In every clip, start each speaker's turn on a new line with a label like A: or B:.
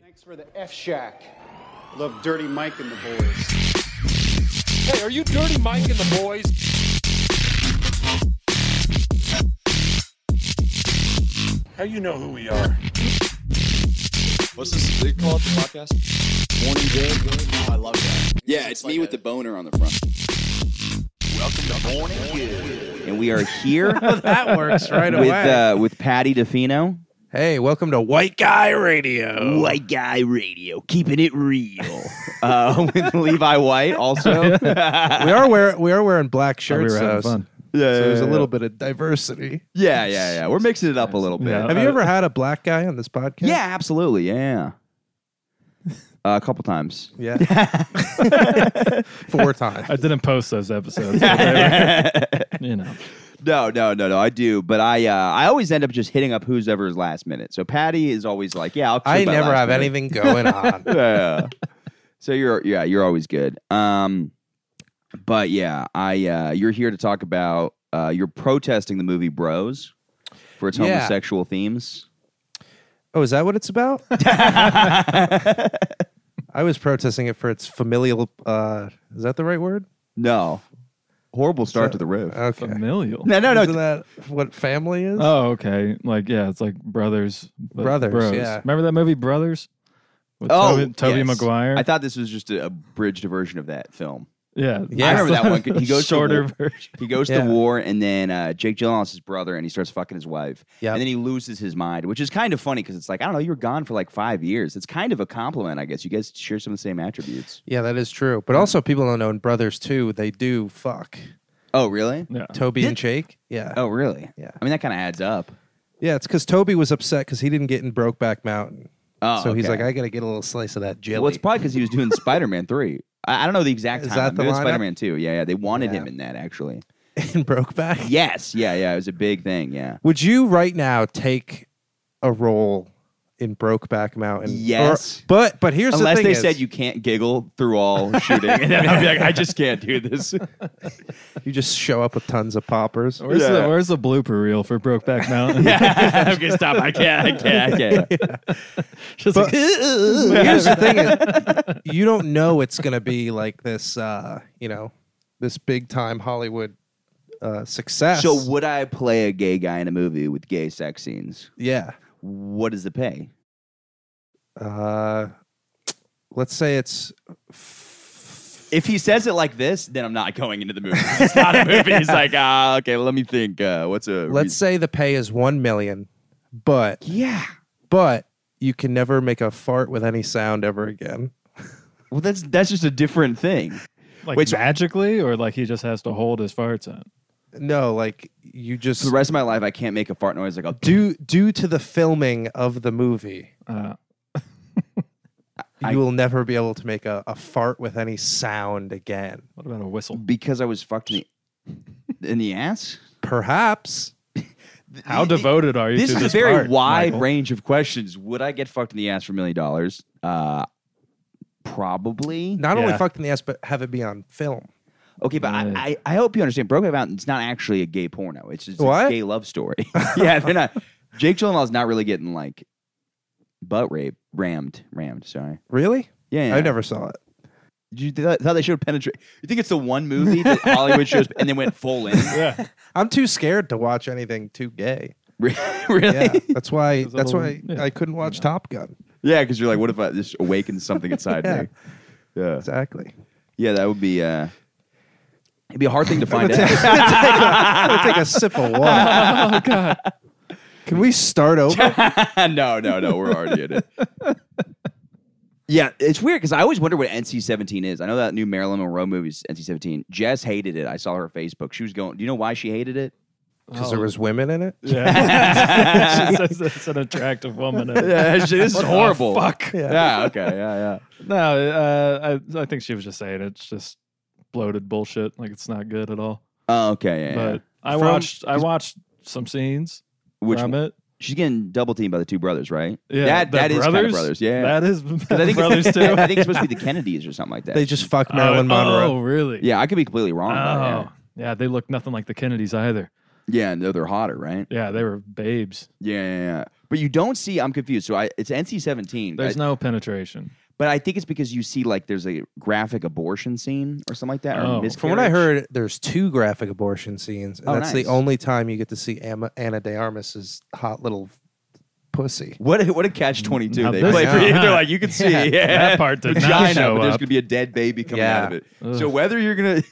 A: Thanks for the F Shack. Love Dirty Mike and the boys.
B: Hey, are you Dirty Mike and the boys? How you know who we are?
C: What's this? They call it the podcast?
D: Morning Good. I love that.
E: Yeah, it's me with the boner on the front. Welcome to Morning Good. And we are here
F: that works right
E: with
F: away.
E: uh, with Patty DeFino.
F: hey, welcome to White Guy Radio.
E: White Guy Radio, keeping it real. uh, with Levi White also.
F: we are wearing we are wearing black shirts.
C: were having
F: so,
C: fun.
F: so there's a
E: yeah,
F: little bit of diversity.
E: yeah, yeah, yeah. We're mixing it up a little bit.
C: Yeah.
E: Yeah,
F: Have you ever had a black guy on this podcast?
E: absolutely. Yeah. Uh, a couple times.
F: yeah, four times.
C: I didn't post those episodes. but they were- you know,
E: No, no, no, no. I do, but I uh, I always end up just hitting up who's ever's last minute. So Patty is always like, "Yeah, I'll."
F: I
E: shoot by
F: never
E: last
F: have
E: minute.
F: anything going on.
E: yeah. So you're yeah, you're always good. Um but yeah, I uh you're here to talk about uh you're protesting the movie Bros for its
F: Yeah.
E: homosexual themes.
F: Oh, is that what it's about? I was protesting it for its familial. Uh, is that the right word?
E: No. Horrible start to the riff.
F: Okay.
C: familial.
E: no, no, no.
F: uh, Isn't that what family is?
C: Oh, okay. Like, yeah, it's like brothers. but
F: Brothers,
C: Bros.
F: yeah.
C: Remember that movie Brothers? With
E: Oh,
C: Toby, Toby
E: yes.
C: Maguire.
E: I thought this was just a abridged version of that film.
C: yeah.
F: Yeah. I
E: remember that one.
C: The
E: He goes to
C: shorter
E: war.
C: version.
E: He goes
F: Yeah.
E: to war, and then uh, Jake Gyllenhaal's his brother, and he starts fucking his wife.
F: Yep.
E: and then he loses his mind, which is kind of funny because it's like I don't know, you were gone for like five years. It's kind of a compliment, I guess. You guys share some of the same attributes.
F: Yeah, that is true. But also, people don't know in brothers too. They do fuck
E: Oh, really?
C: Yeah.
F: Toby and Jake. Yeah.
E: Oh, really?
F: Yeah.
E: I mean, that kind of adds up.
F: Yeah, it's because Toby was upset because he didn't get in Brokeback Mountain.
E: Oh,
F: so he's
E: okay.
F: like, I got to get a little slice of that jelly.
E: well, it's probably because he was doing Spider Man 3. I, I don't know the exact
F: Is
E: time.
F: that
E: Maybe
F: the
E: it was
F: lineup?
E: Spider-Man 2. Yeah, yeah. They wanted
F: Yeah.
E: him in that, actually.
F: in Brokeback?
E: Yes. Yeah, yeah. It was a big thing. Yeah.
F: Would you right now take a role in Brokeback Mountain? Or-
E: Yes.
F: but but here's
E: Unless
F: the thing
E: they
F: is-
E: said you can't giggle through all shooting. and then I'd be like, I just can't do this.
F: you just show up with tons of poppers.
C: Where's, the, where's the blooper reel for Brokeback Mountain?
E: I'm going to stop. I can't. I can't. I can't.
C: Just like,
F: here's the thing is, you don't know it's gonna be like this. Uh, you know, this big time Hollywood uh, success.
E: So, would I play a gay guy in a movie with gay sex scenes?
F: yeah.
E: What is the pay?
F: Uh, let's say it's
E: If he says it like this, then I'm not going into the movie. It's not a movie. He's like, ah, okay, let me think. Uh, what's a
F: let's say the pay is one million, but
E: Yeah.
F: but you can never make a fart with any sound ever again.
E: Well, that's that's just a different thing.
C: like
E: Wait, so-
C: magically, or like he just has to hold his farts in?
F: No, like you just
E: For the rest of my life, I can't make a fart noise. Like, I'll do.
F: due due to the filming of the movie,
C: Uh,
F: you will never be able to make a, a fart with any sound again.
C: what about a whistle?
E: because I was fucked in the in the ass.
F: Perhaps
C: How devoted are you
E: This
C: to
E: is a
C: this
E: very
C: part,
E: wide
C: Michael?
E: range of questions. Would I get fucked in the ass for a million dollars? Uh, probably.
F: not only
C: Yeah.
F: fucked in the ass, but have it be on film.
E: Okay, but
C: Yeah.
E: I, I, I hope you understand. Brokeback Mountain's not actually a gay porno. It's just a
F: What?
E: gay love story. yeah, they're not. Jake Gyllenhaal's not really getting like butt rape rammed rammed. Sorry.
F: Really?
E: Yeah, yeah.
F: I never saw it.
E: You th- thought they showed penetrate. You think it's the one movie that Hollywood shows and then went full in?
C: Yeah.
F: I'm too scared to watch anything too gay.
E: Re- really?
F: Yeah, that's why.
C: a
F: that's why
C: little- yeah.
F: I couldn't watch Top Gun.
E: Yeah, because you're like, what if I this awakens something inside
F: Yeah.
E: me? Yeah,
F: Exactly.
E: yeah, that would be. uh It'd be a hard thing to find
F: take,
E: out.
F: I'm gonna take a sip of water.
C: oh God.
F: Can we start over?
E: no, no, no, we're already in it. Yeah, it's weird because I always wonder what NC-17 is. I know that new Marilyn Monroe movie is NC-17. Jess hated it. I saw her Facebook. She was going. Do you know why she hated it?
F: Because there was women in it.
C: Yeah. She's a- she's an attractive woman.
E: this is horrible.
C: fuck.
E: Yeah. Okay. Yeah. Yeah.
C: No, uh, I, I think she was just saying it's just bloated bullshit. Like it's not good at all.
E: Oh, okay. Yeah. yeah.
C: But I
E: From-
C: watched I watched some scenes
E: Which
C: from it.
E: she's getting double teamed by the two brothers, right?
C: Yeah,
E: That
C: the
E: that is kind
C: brothers.
E: of brothers. Yeah.
C: that is
E: 'Cause I think
C: brothers
E: it's,
C: too.
E: I think it's supposed to be the Kennedys or something like that.
F: They just fuck Marilyn
C: oh,
F: Monroe.
C: Oh, really?
E: yeah, I could be completely wrong.
C: Oh,
E: About
C: yeah. They look nothing like the Kennedys either.
E: that. Yeah, no, they're hotter, right?
C: Yeah, they were babes.
E: Yeah, yeah, yeah. But But you don't see. I'm confused. So I, it's NC seventeen.
C: There's
E: I-
C: no penetration.
E: but I think it's because you see like there's a graphic abortion scene or something like that.
C: Oh.
E: Or miscarriage.
F: From what I heard, there's two graphic abortion scenes, and
E: Oh,
F: that's
E: nice.
F: the only time you get to see Anna, Anna De Armas's hot little pussy.
E: What a, what a catch twenty two
C: Now
E: they
C: this
E: play for
F: is
E: you.
C: not-
E: They're like you can see
C: Yeah,
E: yeah,
C: that part did not
E: vagina,
C: show
E: but there's
C: up.
E: gonna be a dead baby coming out of
F: Yeah.
E: it. So whether you're gonna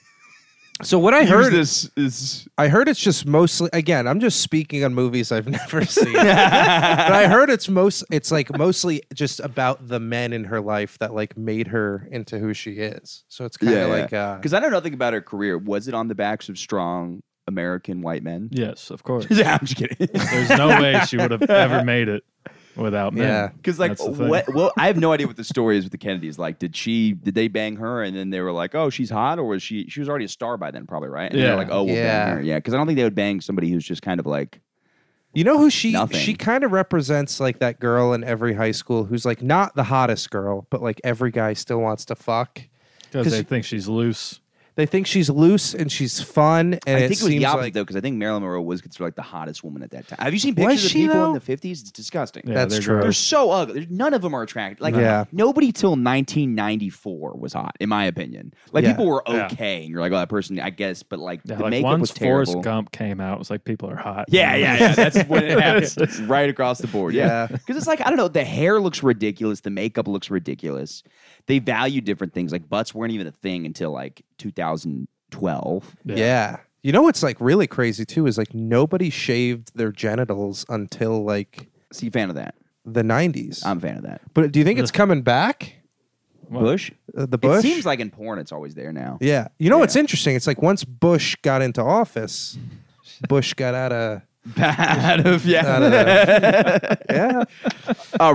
F: So what I
E: use
F: heard,
E: this is
F: I heard it's just mostly. Again, I'm just speaking on movies I've never seen, but I heard it's most. It's like mostly just about the men in her life that like made her into who she is. So it's kind of like uh,
E: because I know nothing about her career. Was it on the backs of strong American white men?
C: Yes, of course.
E: Yeah, I'm just kidding.
C: There's no way she would have ever made it without me.
F: Yeah.
E: Because like,
C: That's the thing.
E: what? Well, I have no idea what the story is with the Kennedys. Like, did she? Did they bang her? And then they were like, "Oh, she's hot," or was she? She was already a star by then, probably, right? And
C: Yeah.
E: They're like, "Oh, we'll
F: Yeah.
E: bang her." Yeah, because I don't think they would bang somebody who's just kind of like,
F: You know who she
E: Nothing.
F: she kind of represents like that girl in every high school who's like not the hottest girl, but like every guy still wants to fuck.
C: Because they
F: she-
C: think she's loose.
F: They think she's loose and she's fun and
E: I
F: it
E: think it was
F: seems
E: the opposite
F: like
E: though, because I think Marilyn Monroe was considered like the hottest woman at that time. Have you seen
F: Was
E: pictures of
F: she,
E: people in
F: though?
E: the fifties? It's disgusting.
C: Yeah,
F: That's
C: they're
F: true.
E: They're
C: gross.
E: so ugly. There's- None of them are attractive. Like
F: Yeah.
E: nobody till 1994 was hot, in my opinion. Like
F: Yeah.
E: people were
C: Yeah.
E: okay, and you're like, oh, that person, I guess, but like
C: Yeah,
E: the
C: like
E: makeup
C: once
E: was terrible.
C: Forrest Gump came out, it was like people are hot.
E: Yeah, yeah, yeah. That's when it
C: It's
E: happens. right across the board. Yeah. Because it's like, I don't know, the hair looks ridiculous. The makeup looks ridiculous. They value different things. Like butts weren't even a thing until like 2012.
C: Yeah.
F: yeah. You know what's like really crazy too is like nobody shaved their genitals until like
E: So you fan of that?
F: the 90s.
E: I'm a fan of that.
F: but do you think it's coming back?
C: Well,
E: Bush?
F: Uh, the
E: It
F: Bush?
E: seems like in porn it's always there now.
F: Yeah. You know what's interesting? It's like once Bush got into office, Bush got out of
E: Out of, yeah.
F: out of Yeah.
E: Oh,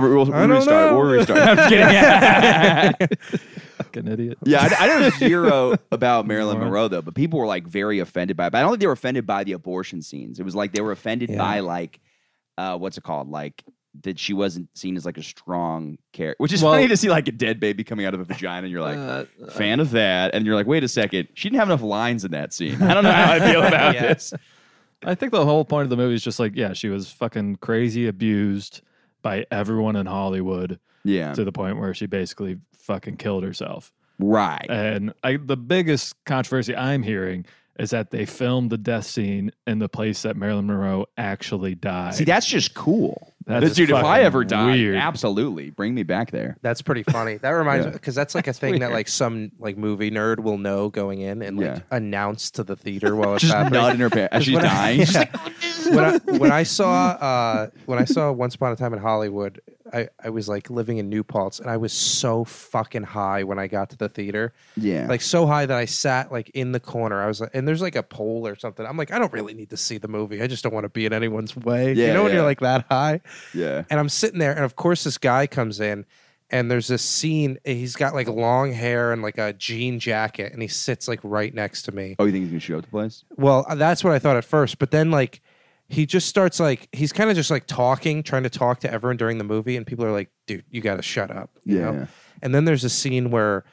F: I
E: we'll, we'll
F: don't
E: restart.
F: know.
E: We'll restart. I'm just kidding.
C: Fucking idiot.
E: Yeah, I, I know zero about Marilyn
C: Moron.
E: Monroe though, but people were like very offended by it. But I don't think they were offended by the abortion scenes. It was like they were offended
F: Yeah.
E: by like uh, what's it called? Like that she wasn't seen as like a strong character, which is
C: Well-
E: funny to see like a dead baby coming out of a vagina. And you're like fan of that, and you're like, wait a second, she didn't have enough lines in that scene. I don't know how I feel about
F: Yeah.
E: this.
C: I think the whole point of the movie is just like, yeah, she was fucking crazy abused by everyone in Hollywood
E: Yeah,
C: to the point where she basically fucking killed herself.
E: right.
C: And I, the biggest controversy I'm hearing is that they filmed the death scene in the place that Marilyn Monroe actually died.
E: see, that's just cool.
C: That's
E: But, dude, if I
C: fucking
E: ever die,
C: weird.
E: absolutely bring me back there.
F: That's pretty funny. That reminds
E: Yeah.
F: me because that's like a thing that
E: weird.
F: like some like movie nerd will know going in and like
E: Yeah.
F: announce to the theater while it's
E: Just
F: happening.
E: nut in her pants as she's
F: when I-
E: dying. She's
F: Yeah.
E: like,
F: when I when I saw uh, when I saw Once Upon a Time in Hollywood, I, I was like living in New Paltz and I was so fucking high when I got to the theater,
E: yeah,
F: like so high that I sat like in the corner. I was like, and there's like a pole or something. I'm like, I don't really need to see the movie. I just don't want to be in anyone's way.
E: Yeah,
F: you know when
E: yeah.
F: you're like that high.
E: yeah.
F: And I'm sitting there, and of course, this guy comes in, and there's this scene. and He's got like long hair and like a jean jacket, and he sits like right next to me.
E: Oh, you think he's gonna shoot up the place?
F: Well, uh, that's what I thought at first, but then like he just starts like he's kind of just like talking, trying to talk to everyone during the movie, and people are like, "Dude, you got to shut up." You
E: Yeah.
F: Know? And then there's a scene where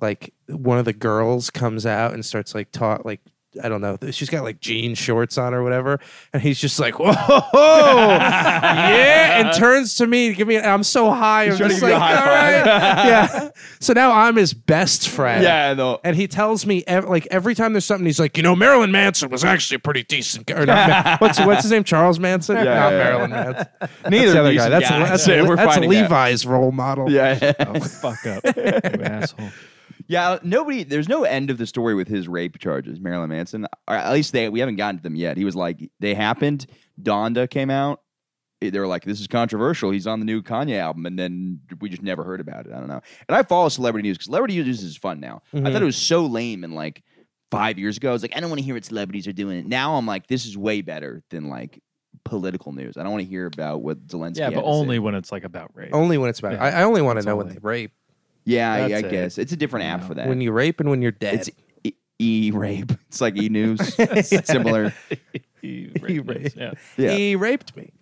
F: like one of the girls comes out and starts like talk like. I don't know. She's got like jean shorts on or whatever, and he's just like, "Whoa, yeah!" And turns to me, to give me. and I'm so high. I'm
E: trying to
F: just
E: give you
F: like,
E: a high
F: "All
E: five."
F: right." yeah. So now I'm his best friend.
E: no.
F: And he tells me ev- like every time there's something, he's like, you know, Marilyn Manson was actually a pretty decent guy. Or not Ma- what's what's his name? Charles Manson?
E: Yeah,
F: not
E: yeah, yeah.
F: Marilyn Manson.
E: Neither
F: That's the other
E: decent
F: guy. That's
E: guy.
F: that's,
E: Yeah,
F: Le-
E: we're
F: that's
E: finding out.
F: Levi's role model.
E: Yeah,
C: oh, fuck up, you asshole.
E: yeah. Nobody. There's no end of the story with his rape charges, Marilyn Manson. Or at least they we haven't gotten to them yet. He was like, they happened. Donda came out. They were like, this is controversial. He's on the new Kanye album, and then we just never heard about it. I don't know. And I follow celebrity news because celebrity news is fun now. I
F: Mhm.
E: thought it was so lame and like five years ago. I was like, I don't want to hear what celebrities are doing. Now I'm like, this is way better than like political news. I don't want to hear about what Zelensky.
C: Yeah,
E: had
C: but
E: to say.
C: only when it's like about rape.
F: Only when it's about. I, I only want to
C: That's
F: know
C: only-
F: when they rape.
E: Yeah, I- I,
C: That's it.
E: guess it's a different app
C: Yeah.
E: for that.
F: When you rape and when you're dead.
E: it's e- e rape. It's like e news. It's similar.
C: rape news, yeah.
E: Yeah.
F: He raped me.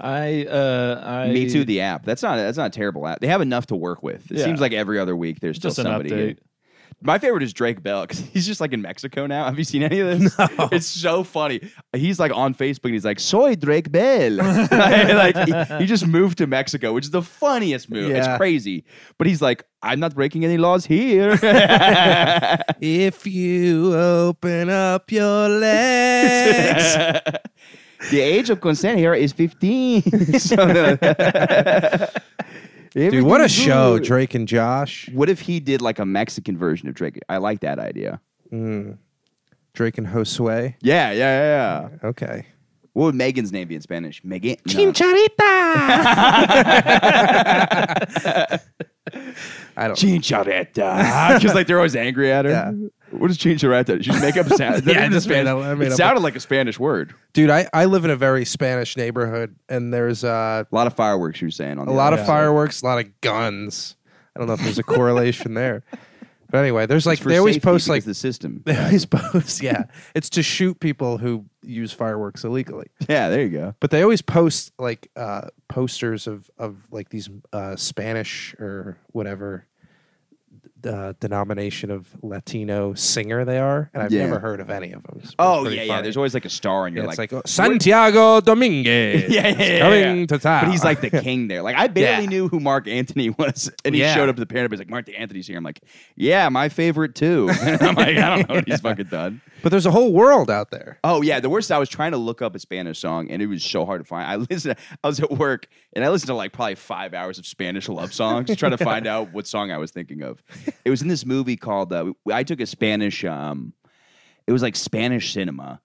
C: I, uh, I.
E: Me too. The app. That's not. That's not a terrible app. They have enough to work with. It
C: Yeah.
E: seems like every other week there's still
C: Just an
E: somebody.
C: update.
E: My favorite is Drake Bell because he's just like in Mexico now. Have you seen any of this? It's so funny. He's like on Facebook and he's like, "Soy Drake Bell." like he, he just moved to Mexico, which is the funniest move. It's
F: Yeah.
E: crazy, but he's like, "I'm not breaking any laws here."
F: If you open up your legs.
E: the age of consent here is 15. So the-
F: Dude, what a
E: Everything's
F: show,
E: good.
F: Drake and Josh.
E: What if he did like a Mexican version of Drake? I like that idea.
F: Drake and Josue.
E: Yeah, yeah, yeah. yeah.
F: Okay.
E: What would Megan's name be in Spanish? Megan. no.
F: Chincharita. I don't
E: Chinchareta. Just like they're always angry at her.
F: Yeah.
E: What is chinchareta? She make up a sound.
F: Yeah, I
E: That's
F: just made
E: Spanish-
F: up- I made
E: it
F: up-
E: sounded like a Spanish word.
F: Dude, I, I live in a very Spanish neighborhood and there's uh,
E: A lot of fireworks you were saying on
F: a lot of fireworks, a lot of guns. I don't know if there's a correlation there. But anyway, there's like they always post like
E: the system.
F: they always post yeah. It's to shoot people who use fireworks illegally.
E: Yeah, there you go.
F: But they always post like uh, posters of of like these uh, Spanish or whatever uh, denomination of Latino singer they are, and I've
E: Yeah.
F: never heard of any of them.
E: Oh yeah, yeah. There's always like a star, and you're
F: it's
E: like, oh,
F: like, oh, Santiago Dominguez.
E: yeah, yeah, yeah,
F: coming
E: yeah.
F: to town.
E: But he's like the king there. Like I barely
F: Yeah.
E: knew who Mark Antony was, and he
F: Yeah.
E: showed up to the pyramid. He's like, Mark Antony's here. I'm like, yeah, my favorite too. I'm like, I don't know what he's fucking done.
F: But there's a whole world out there.
E: Oh yeah, the worst. I was trying to look up a Spanish song, and it was so hard to find. I listened. I was at work, and I listened to like probably five hours of Spanish love songs, trying to find out what song I was thinking of. It was in this movie called. Uh, I took a Spanish. Um, it was like Spanish cinema,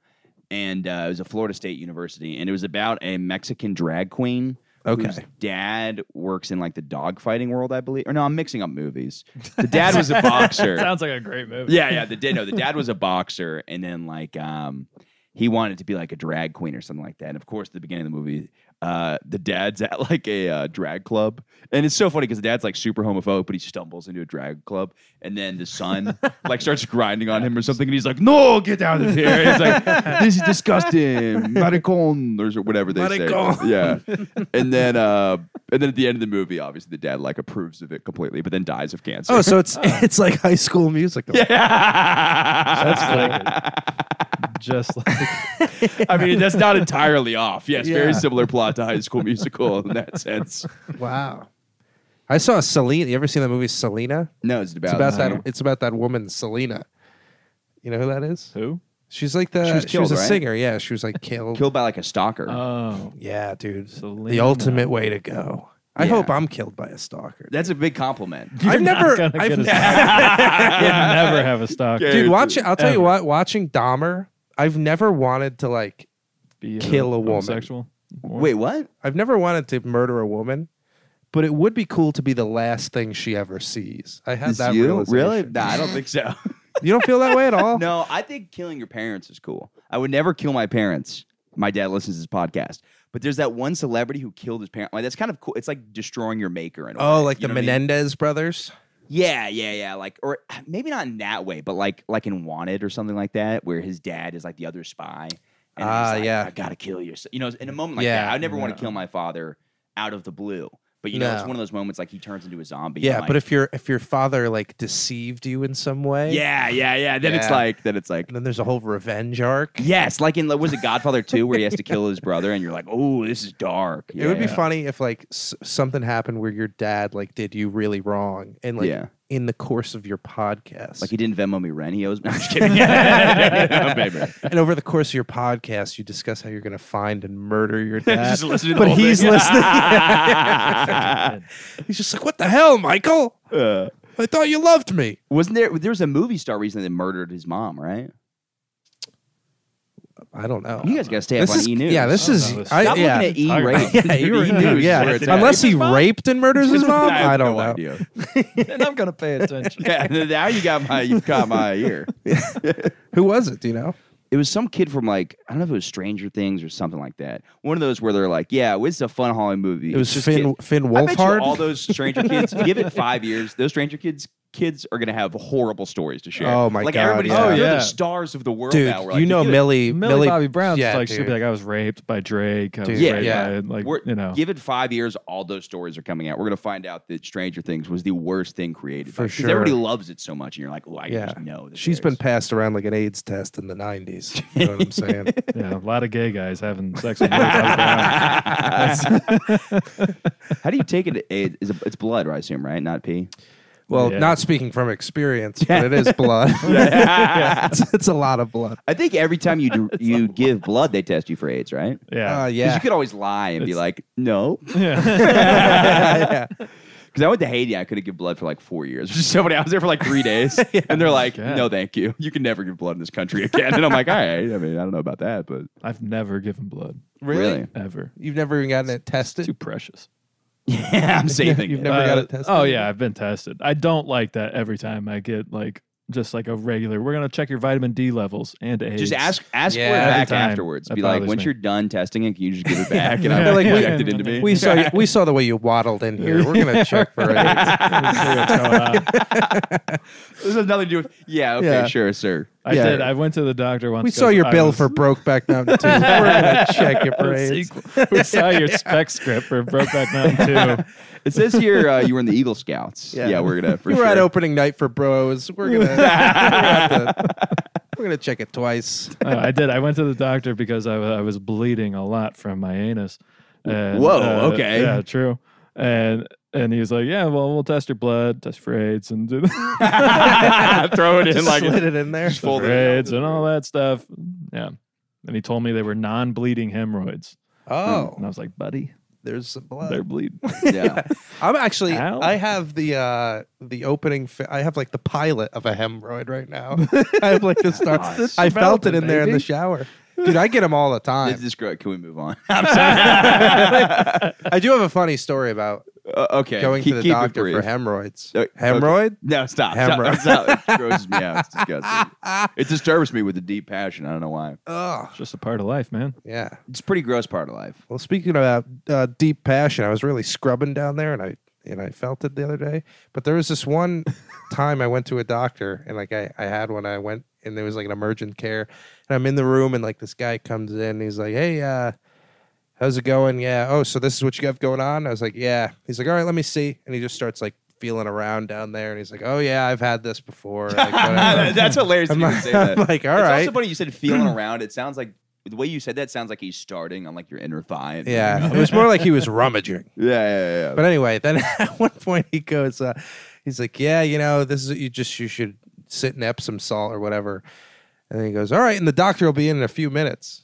E: and uh, it was a Florida State University, and it was about a Mexican drag queen.
F: Okay.
E: whose dad works in like the dogfighting world, I believe. Or no, I'm mixing up movies. The dad was a boxer.
C: Sounds like a great movie.
E: Yeah, yeah. The dad, no, the dad was a boxer, and then like um, he wanted to be like a drag queen or something like that. And of course, at the beginning of the movie, uh, the dad's at like a uh, drag club, and it's so funny because the dad's like super homophobic, but he stumbles into a drag club, and then the son like starts grinding on him or something, and he's like, "No, get out of here!" And He's like, "This is disgusting, maricon," or whatever they say.
F: Maricon.
E: Yeah, and then uh, and then at the end of the movie, obviously the dad like approves of it completely, but then dies of cancer.
F: Oh, so it's it's like High School Musical.
C: That's like just like
E: I mean, that's not entirely off. Yes, very
F: Yeah.
E: similar plot to High School Musical in that sense.
F: Wow. I saw Selena. You ever seen the movie Selena?
E: No, it's about,
F: It's about that. It's about that woman Selena. You know who that is?
C: who?
F: She's like the.
E: She
F: She
E: was
F: was,
E: killed,
F: a
E: right?
F: singer. Yeah, she was like killed.
E: killed by like a stalker.
C: Oh,
F: Yeah, dude. The
C: Selena.
F: ultimate way to go. I
E: Yeah.
F: hope I'm killed by a stalker.
E: that's a big compliment.
F: I've
C: not
F: never.
C: gonna
F: I've
C: get a
F: never.
C: I'd never have a stock.
E: Yeah.
F: dude, watch. I'll tell
C: Ever.
F: you what. Watching Dahmer, I've never wanted to like.
C: Be uh,
F: Kill a woman.
C: homosexual.
E: Wait, what?
F: I've never wanted to murder a woman, but it would be cool to be the last thing she ever sees. I had
E: It's
F: that
E: you?
F: realization.
E: Really? No, I don't think so.
F: You don't feel that way at all?
E: no, I think killing your parents is cool. I would never kill my parents. My dad listens to this podcast, but there's that one celebrity who killed his parent. Like, that's kind of cool. It's like destroying your maker. In a
F: Oh,
E: way.
F: like the
E: You know what I mean?
F: Menendez brothers.
E: Yeah, yeah, yeah. Like, or maybe not in that way, but like, like in Wanted or something like that, where his dad is like the other spy. And he's
F: Ah,
E: like,
F: yeah.
E: I gotta kill your. son." You know, in a moment like that,
F: Yeah,
E: I would never want to
C: no.
E: kill my father out of the blue. But you know, it's
F: No.
E: one of those moments like he turns into a zombie.
F: Yeah,
E: and,
F: but
E: like-
F: if your if your father like deceived you in some way,
E: yeah, yeah, yeah. Then it's
F: Yeah.
E: like, then it's like,
F: and then there's a whole revenge arc.
E: yes, like in like, was it Godfather Two where he has to kill his brother, and you're like, oh, this is dark.
F: it would be
E: Yeah.
F: funny if like s- something happened where your dad like did you really wrong, and like
E: Yeah.
F: in the course of your podcast,
E: Like he didn't Venmo me rent. He owes me. I'm just kidding. No, baby.
F: and over the course of your podcast, you discuss how you're going to find and murder your dad.
E: Just listen to the
F: but
E: whole
F: he's
E: thing.
F: listening. he's just like, "What the hell, Michael?
E: Uh,
F: I thought you loved me."
E: Wasn't there? There was a movie star recently that murdered his mom, right?
F: I don't know.
E: You guys gotta stay up
F: This
E: on
F: is
E: E News.
F: yeah. This
C: I don't know
F: is
C: this.
F: I,
E: Stop
F: yeah.
E: looking at E
C: Alright.
E: Rate.
F: yeah, you were
C: E! News
F: yeah.
C: right there.
F: Unless he
C: His mom?
F: raped and murders his mom, I don't know.
E: Idea.
C: and I'm gonna pay attention.
E: yeah, now you got my you got my ear.
F: Who was it? Do you know?
E: It was some kid from like I don't know if it was Stranger Things or something like that. One of those where they're like, "Yeah, well, it's a fun Halloween movie."
F: It was
E: It's just
F: Finn
E: kids.
F: Finn
E: I bet you all
F: Wolfhard.
E: those Stranger Kids. give it five years. Those Stranger Kids kids are gonna have horrible stories to share.
F: Oh, my
E: like,
F: God,
E: everybody's
F: yeah.
E: they're
C: Oh, yeah.
E: the stars of the world
F: dude,
E: now. We're like,
F: you know
E: get-
F: Millie,
C: Millie, Bobby Brown's
F: yeah,
C: like she'd be
F: dude.
C: like, I was raped by Drake. I was
F: Dude,
E: Yeah,
C: raped
F: yeah.
C: by, like
E: we're,
C: you know.
E: given five years, all those stories are coming out. We're gonna find out that Stranger Things was the worst thing created
F: For
E: by- 'cause
F: sure.
E: Everybody loves it so much, and you're like, oh, I
F: Yeah.
E: just know. that
F: She's been
E: there's-
F: passed around like an AIDS test in the '90s. You know what I'm saying?
C: yeah, a lot of gay guys having sex with Millie
F: Oh,
C: Bobby Brown.
E: How do you take it? It- It's, it's blood, right? I assume, right? Not pee.
F: Well,
C: Yeah.
F: not speaking from experience, but it is blood. it's, it's a lot of blood.
E: I think every time you do, you give blood, they test you for AIDS, right? 'Cause
C: Yeah.
F: Uh,
E: you
F: yeah.
E: could always lie and be like, no.
F: Uh,
C: yeah.
F: yeah.
E: Because I went to Haiti, I couldn't give blood for like four years. There's Somebody, I was there for like three days, and they're like,
C: God.
E: "No, thank you. You can never give blood in this country again." And I'm like, "All right. I mean, I don't know about that, but
C: I've never given blood
E: really,
C: ever.
F: You've never even gotten it
C: Too
F: tested.
C: precious.
E: yeah, I'm saving
F: You've
E: it.
F: never got
C: Uh,
F: it tested.
C: Oh yeah, I've been tested. I don't like that every time I get like just like a regular. We're gonna check your vitamin D levels and AIDS.
E: Just ask ask
F: Yeah,
E: for it
F: every
E: back
C: time.
E: afterwards.
C: That
E: Be like,
C: bothers
E: once
C: me.
E: you're done testing it, can you just give it back? And
C: Yeah.
E: I'm like,
F: Yeah.
E: injected into me.
F: We saw you, we saw the way you waddled in here. We're gonna check for it.
E: this has nothing to do with. Yeah, okay,
F: Yeah.
E: sure, sir.
C: I
F: Yeah.
C: did. I went to the doctor once.
F: We
C: 'cause
F: saw your
C: I
F: bill
C: was-
F: for Brokeback Mountain too. We're gonna check it for AIDS.
C: sequel. We saw your spec script for Brokeback Mountain
E: It says here uh, you were in the Eagle Scouts. Yeah,
F: Yeah.
E: we're gonna. For
F: We were
E: sure.
F: at opening night for Bros. We're gonna, we're gonna, have to- we're gonna check it twice.
C: 2. Uh, I did. I went to the doctor because I, wa- I was bleeding a lot from my anus. And,
E: Whoa,
C: uh,
E: okay.
C: Yeah, true. And and he was like, yeah, well, we'll test your blood, test for AIDS, and do the
E: Throw it in
F: Just
E: like
F: slid it in there.
E: fold
C: for
E: it in.
C: AIDS and all that stuff. Yeah. And he told me they were non-bleeding hemorrhoids.
E: Mm-hmm.
C: And I
F: Oh, Uh.
C: was like, buddy,
F: there's some blood.
C: they're bleeding.
E: Yeah.
F: I'm actually.
C: Ow.
F: I have the uh the opening. Fi- I have like the pilot of a hemorrhoid right now. I have like the start. I felt it in there in the shower. Dude, I get them all the
E: This
F: time.
E: is great. Can we move on?
F: I do have a funny story about
E: Uh, okay.
F: going
E: keep,
F: to the
E: keep it
F: doctor for
E: brief.
F: hemorrhoids.
E: Uh, okay.
F: Hemorrhoid?
E: No, stop.
F: Hemorrhoid.
E: Stop. stop. It grosses me out. It's disgusting. It disturbs me with a deep passion. I don't know why.
F: Oh,
C: Just a part of life, man.
F: yeah.
E: It's a pretty gross part of life.
F: Well, speaking about uh, deep passion, I was really scrubbing down there, and I and I felt it the other day. But there was this one time I went to a doctor, and like I, I had one. I went, and there was like an emergent care, and I'm in the room, and like this guy comes in, and he's like, "Hey, uh, how's it going? Yeah. Oh, so this is what you have going on? I was like, yeah. He's like, all right, let me see, and he just starts like feeling around down there, and he's like, oh yeah, I've had this before. Like, whatever.
E: That's hilarious.
F: I'm
E: that you would
F: like,
E: say that.
F: I'm like, all
E: it's
F: right.
E: also funny you said feeling around. It sounds like the way you said that sounds like he's starting on like your inner thigh. and-
F: yeah, it was more like he was rummaging.
E: Yeah. Yeah. Yeah.
F: But anyway, then at one point he goes, uh, he's like, "Yeah, you know, this is what you just you should sit in Epsom salt or whatever." And then he goes, "All right," and the doctor will be in in a few minutes.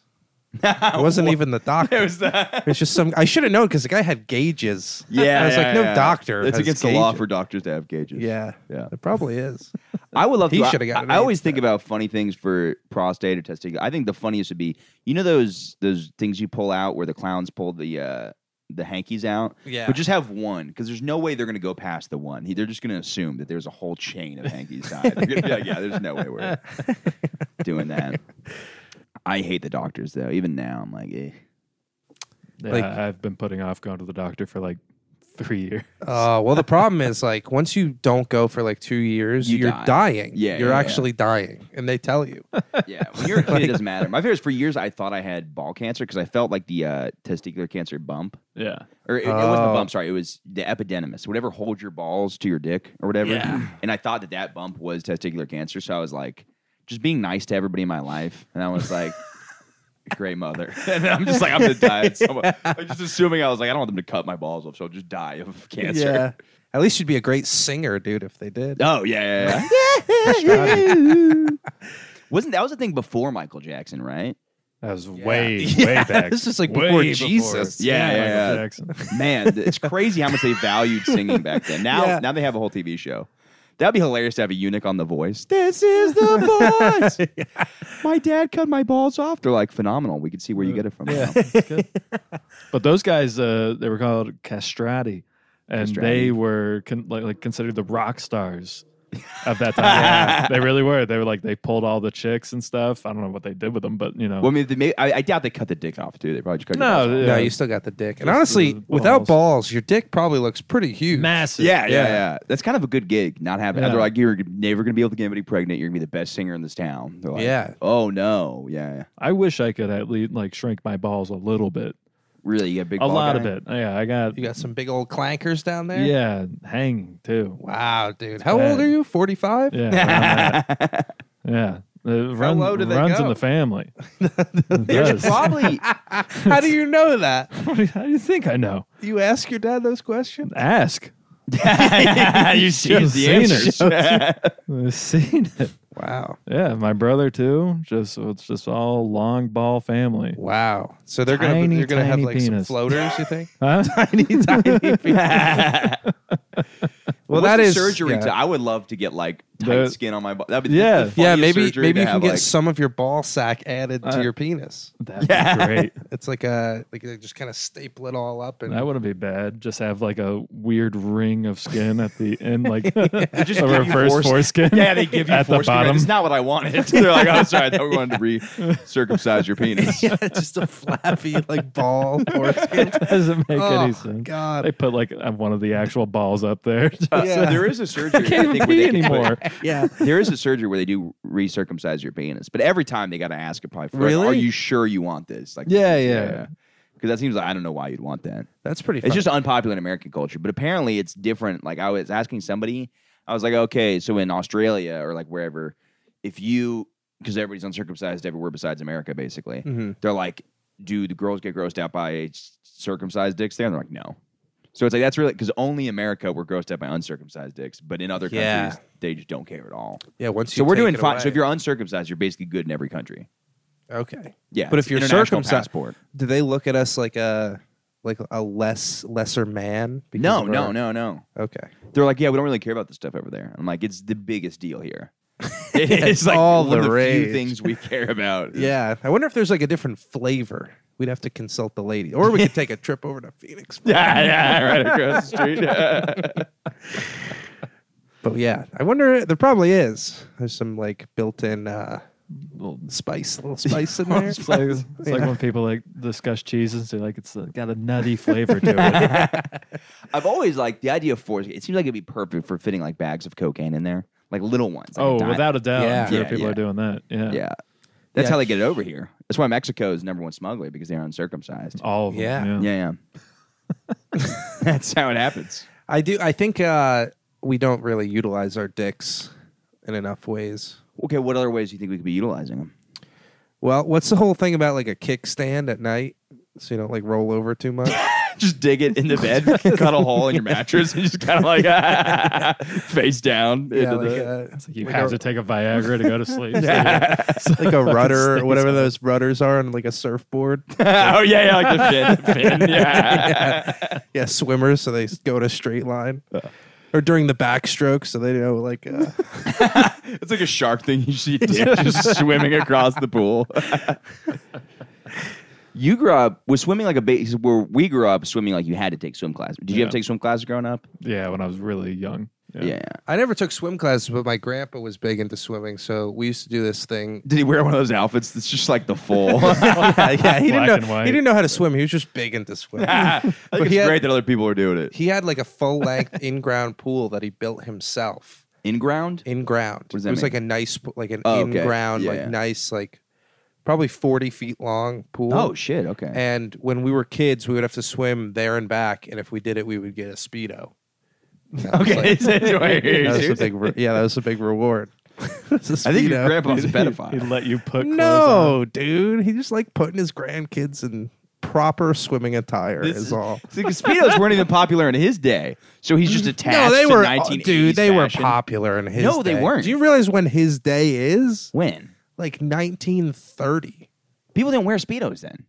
F: It wasn't even the doctor.
E: It
F: It
E: was
F: was,
E: that.
F: just some. I should have known because the guy had gauges.
E: Yeah,
F: I was
E: yeah,
F: like, no
E: yeah.
F: doctor.
E: It's
F: has
E: against the law
F: gauges."
E: for doctors to have gauges.
F: Yeah,
E: Yeah.
F: it probably is.
E: I would love
F: He
E: to. I-
F: should've gotten
E: I,
F: an
E: always
F: AIDS
E: think about funny things for prostate or testing. I think the funniest would be you know those those things you pull out where the clowns pull the uh the hankies out.
F: Yeah.
E: But just have one because there's no way they're gonna go past the one. He- They're just gonna assume that there's a whole chain of hankies. tied. They're gonna be like, yeah, there's no way we're doing that. I hate the doctors though. Even now, I'm like, eh.
C: Yeah,
F: Like-
C: I've been putting off going to the doctor for like three years.
F: Uh, well, the problem is like once you don't go for like two years,
E: You
F: you are
E: die.
F: dying.
E: Yeah,
F: you're
E: yeah, yeah.
F: actually dying, and they tell you.
E: Yeah, when you're a kid, it doesn't matter. My fear is for years I thought I had ball cancer because I felt like the uh, testicular cancer bump,
C: Yeah.
E: or it, it wasn't the
F: Oh.
E: bump. Sorry, it was the epididymis, whatever holds your balls to your dick or whatever.
C: Yeah.
E: And I thought that that bump was testicular cancer, so I was like, just being nice to everybody in my life, and I was like. Great mother, and then I'm just like I'm gonna die. At some, like just assuming I was like I don't want them to cut my balls off, so I'll just die of cancer.
F: At least you'd be a great singer, dude, if they did.
E: Oh yeah, yeah, yeah. Wasn't that was the thing before Michael Jackson, right?
C: That was way, way
F: Yeah,
C: back.
F: this is like
C: Way
F: before Jesus.
E: Yeah, yeah,
C: Michael
E: yeah.
C: Jackson.
E: Man, th- it's crazy how much they valued singing back then. Now,
F: Yeah.
E: now they have a whole TV show. That'd be hilarious to have a eunuch on The Voice. This is The Voice. My dad cut my balls off. They're like phenomenal. We can see where you get it from. now.
C: But those guys, uh, they were called castrati, and
E: Castrati.
C: they were con- like, like considered the rock stars of that time. They really were. They were like they pulled all the chicks and stuff. I don't know what they did with them, but you know,
E: Well, I mean, they may, I, I doubt they cut the dick off too. They probably just cut. your
C: No,
E: balls off.
C: yeah.
F: No, you still got the dick. And honestly,
C: the
F: without
C: balls.
F: balls, your dick probably looks pretty huge.
C: massive.
E: Yeah, yeah,
F: Yeah.
E: yeah. That's kind of a good gig. Not having.
C: Yeah.
E: They're like, you're never gonna be able to get anybody pregnant. You're gonna be the best singer in this town. They're like,
F: Yeah.
E: Oh no. Yeah.
C: I wish I could at least like shrink my balls a little bit,
E: Really, you got a big.
C: a
E: ball
C: lot
E: guy?
C: of it. Yeah, I got.
F: You got some big old clankers down there.
C: yeah, hang too.
F: Wow, dude. How
C: bad.
F: old are you? 45?
C: Yeah, around that. yeah. It run,
F: low do they
C: runs in
F: go?
C: the family. It does.
E: Probably.
F: How do you know that?
C: How do you think I know?
F: You ask your dad those questions?
C: Ask.
E: you see
C: Should've
E: the
C: seen
E: answer.
C: I've seen it.
F: Wow.
C: Yeah, my brother too. Just it's just all long ball family.
F: Wow. So they're going
C: Tiny,
F: to you're going to have
C: tiny
F: like some
C: penis.
F: floaters, you think?
C: Huh?
F: tiny, tiny Well,
E: What's
F: that
E: the
F: is
E: surgery.
F: yeah.
E: to- I would love to get like tight
C: The-
E: skin on my ball. That'd be the
C: Yeah.
E: funniest
F: Yeah, maybe
E: surgery
F: maybe
E: to
F: you can
E: have,
F: get
E: like-
F: some of your ball sack added to
C: Uh,
F: your penis.
C: That'd
E: Yeah.
C: be great.
F: It's like a like they just kind of staple it all up and
C: That wouldn't be bad. Just have like a weird ring of skin at the end, like
E: just
C: a
E: give you
C: reverse
E: force-
C: foreskin.
E: Yeah, they give you
C: at the
E: foreskin, but
C: bottom.
E: It's not what I wanted. They're like, oh, sorry, I thought we wanted to re-circumcise your penis.
F: yeah, just a flappy like ball foreskin.
C: It doesn't make
F: Oh,
C: any sense.
F: God.
C: They put like uh, one of the actual balls up there.
E: Uh,
F: Yeah.
E: There is a surgery. I
C: Can't
E: think
C: even
E: where
C: pee
E: they can put-
C: anymore.
F: Yeah.
E: there is a surgery where they do recircumcise your penis, but every time they got to ask it probably. For,
F: Really?
E: Like, Are you sure you want this? Like,
C: Yeah, yeah.
E: Because that seems like I don't know why you'd want that.
F: That's pretty
E: It's just unpopular in American culture, but apparently it's different. Like I was asking somebody, I was like, okay, so in Australia or like wherever, if you because everybody's uncircumcised everywhere besides America, basically,
F: Mhm.
E: they're like, do the girls get grossed out by circumcised dicks there? And they're like, no. So it's like that's really because only America we're grossed out by uncircumcised dicks, but in other
F: Yeah.
E: countries they just don't care at all.
F: Yeah, once you
E: So we're
F: take
E: doing
F: it
E: fine. So
F: away.
E: if you're uncircumcised, you're basically good in every country.
F: okay.
E: Yeah,
F: But
E: it's
F: if you're
E: international
F: circumcised-
E: passport,
F: Do they look at us like a like a less lesser man? because
E: no,
F: of
E: no,
F: our-
E: no, no.
F: Okay.
E: They're like, yeah, we don't really care about this stuff over there. I'm like, it's the biggest deal here. it's like
F: all
E: one
F: the
E: of the few
F: rage.
E: things we care about.
F: Yeah, I wonder if there's like a different flavor. We'd have to consult the lady, or we could take a trip over to Phoenix.
E: yeah, yeah, right across the street.
F: But yeah, I wonder. There probably is. There's some like built-in uh, little spice, little spice in there.
C: It's like, it's like
F: Yeah.
C: when people like discuss cheeses, they're like, it's uh, got a nutty flavor to it.
E: I've always liked the idea of force. It seems like it'd be perfect for fitting like bags of cocaine in there, like little ones. like a
C: oh,
E: dime.
C: without a doubt,
F: Yeah.
C: I'm sure
E: Yeah,
C: people
E: yeah.
C: are doing that. Yeah,
E: yeah. That's
F: Yeah.
E: how they get it over here. That's why Mexico is number one smuggler because they're uncircumcised.
C: all of them.
F: Yeah.
C: Yeah,
E: Oh, Yeah, yeah. That's how it happens.
F: I do. I think uh, we don't really utilize our dicks in enough ways.
E: Okay, what other ways do you think we could be utilizing them?
F: Well, what's the whole thing about like a kickstand at night, so you don't like roll over too much?
E: just dig it in the bed, cut a hole in your mattress, and just kind of like face down.
F: yeah,
E: into
F: like,
E: the-
F: uh,
C: It's like you
F: like
C: have
F: a-
C: to take a Viagra to go to sleep.
F: like a rudder, or whatever those rudders are, on like a surfboard.
E: oh yeah, yeah, like the fin, the fin, yeah.
F: Yeah, swimmers, so they s- go to straight line. Or during the backstroke, so they know like uh,
E: It's like a shark thing. You see dick just swimming across the pool. you grew up was swimming like a baby. Where we grew up swimming like you had to take swim class. Did you
C: Yeah.
E: ever take swim classes growing up?
C: yeah, when I was really young.
F: I never took swim classes, but my grandpa was big into swimming, so we used to do this thing.
E: Did he wear one of those outfits that's just like the full?
F: yeah, yeah, he didn't
C: Black
F: know
C: and white.
F: he didn't know how to swim. He was just big into swimming.
E: I think it's
F: he had-
E: great that other people are doing it.
F: he had like a full length in ground pool that he built himself
E: In ground?
F: in ground.
E: does that
F: it was
E: mean?
F: like a nice, p- like an
E: Oh,
F: in
E: okay.
F: ground,
E: Yeah,
F: like
E: yeah.
F: nice, like probably forty feet long pool.
E: Oh shit! Okay.
F: And when we were kids, we would have to swim there and back, and if we did it, we would get a speedo. That was, like, that was a big re- yeah, that was a big reward. I
E: I think your grandpa's a
C: He'd
E: pedophile.
C: let you put clothes on.
F: No, dude, he just like putting his grandkids in proper swimming attire
E: This
F: is
E: is-
F: all.
E: See, 'cause Speedos weren't even popular in his day, so he's just attached.
F: Mm. No, they
E: to
F: were uh,
E: 1980s
F: dude. They
E: fashion.
F: were popular in his.
E: No, they
F: day.
E: weren't.
F: Do you realize when his day is
E: When
F: like 1930?
E: people didn't wear Speedos then.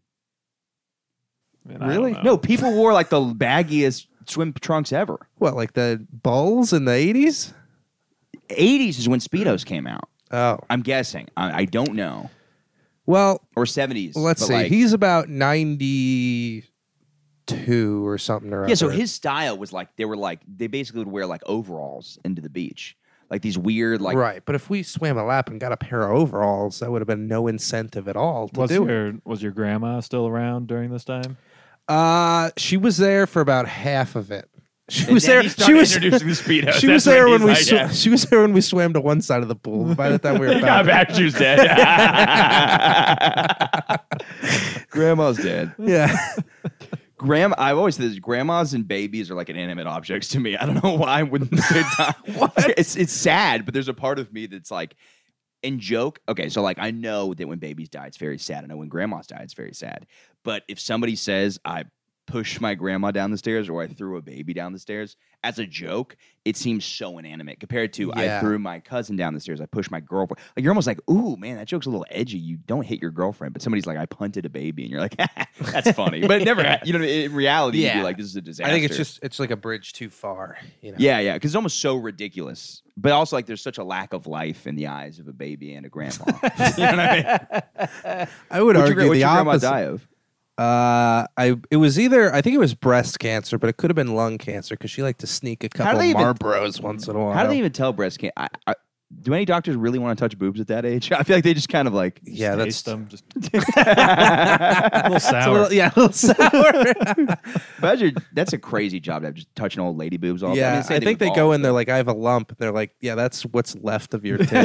C: Man, I don't
F: Really?
C: know.
E: No, people wore like the baggiest swim trunks ever.
F: What, like the bulls in the 80s?
E: 80s is when Speedos came out.
F: Oh,
E: I'm guessing. I, I don't know.
F: well,
E: Or 70s.
F: let's
E: but,
F: see.
E: like-
F: He's about 92 or something. Or
E: yeah, so
F: other.
E: his style was like they were like they basically would wear like overalls into the beach. like these weird like
F: right. But if we swam a lap and got a pair of overalls, that would have been no incentive at all to
C: Was
F: do it.
C: your was your grandma still around during this time?
F: Uh, she was there for about half of it. She
E: And
F: was
E: then
F: there.
E: he
F: She
E: started
F: was.
E: introducing the speedos.
F: She was
E: That's
F: there
E: he's
F: when we.
E: like,
F: sw-
E: yeah.
F: She was there when we swam to one side of the pool. By the time we were back,
E: Badger's dead. Grandma's dead.
F: yeah.
E: Grandma, I've always said this, grandmas and babies are like inanimate objects to me. I don't know why I wouldn't say that. It's it's sad, but there's a part of me that's like and joke. Okay, so like I know that when babies die, it's very sad. I know when grandmas die, it's very sad. But if somebody says I pushed my grandma down the stairs or I threw a baby down the stairs as a joke, it seems so inanimate compared to I
F: Yeah.
E: threw my cousin down the stairs, I pushed my girlfriend. Like you're almost like, ooh, man, that joke's a little edgy. You don't hit your girlfriend, but somebody's like, I punted a baby, and you're like, that's funny. But it never, you know, in reality, you'd be
F: Yeah.
E: like, this is a disaster.
F: I think it's just it's like a bridge too far. You know.
E: Yeah, yeah, because it's almost so ridiculous, but also like there's such a lack of life in the eyes of a baby and a grandma. you know what I mean?
F: I would
E: What'd
F: argue
E: your, gra- what'd
F: the
E: your grandma
F: opposite.
E: die of?
F: Uh, I it was either I think it was breast cancer, but it could have been lung cancer because she liked to sneak a couple
E: they even-
F: Marlboros once in a while.
E: How do they even tell breast cancer? I, I, do any doctors really want to touch boobs at that age? I feel like they just kind of like.
F: yeah, that's
C: Taste them, just a little
F: It's a
C: sour.
F: little, yeah, a little sour.
E: Badger, that's a crazy job to have, just touching old lady boobs all.
F: yeah,
E: the
F: I
E: time.
F: think they go in there like I have a lump. And they're like, yeah, that's what's left of your tits. Might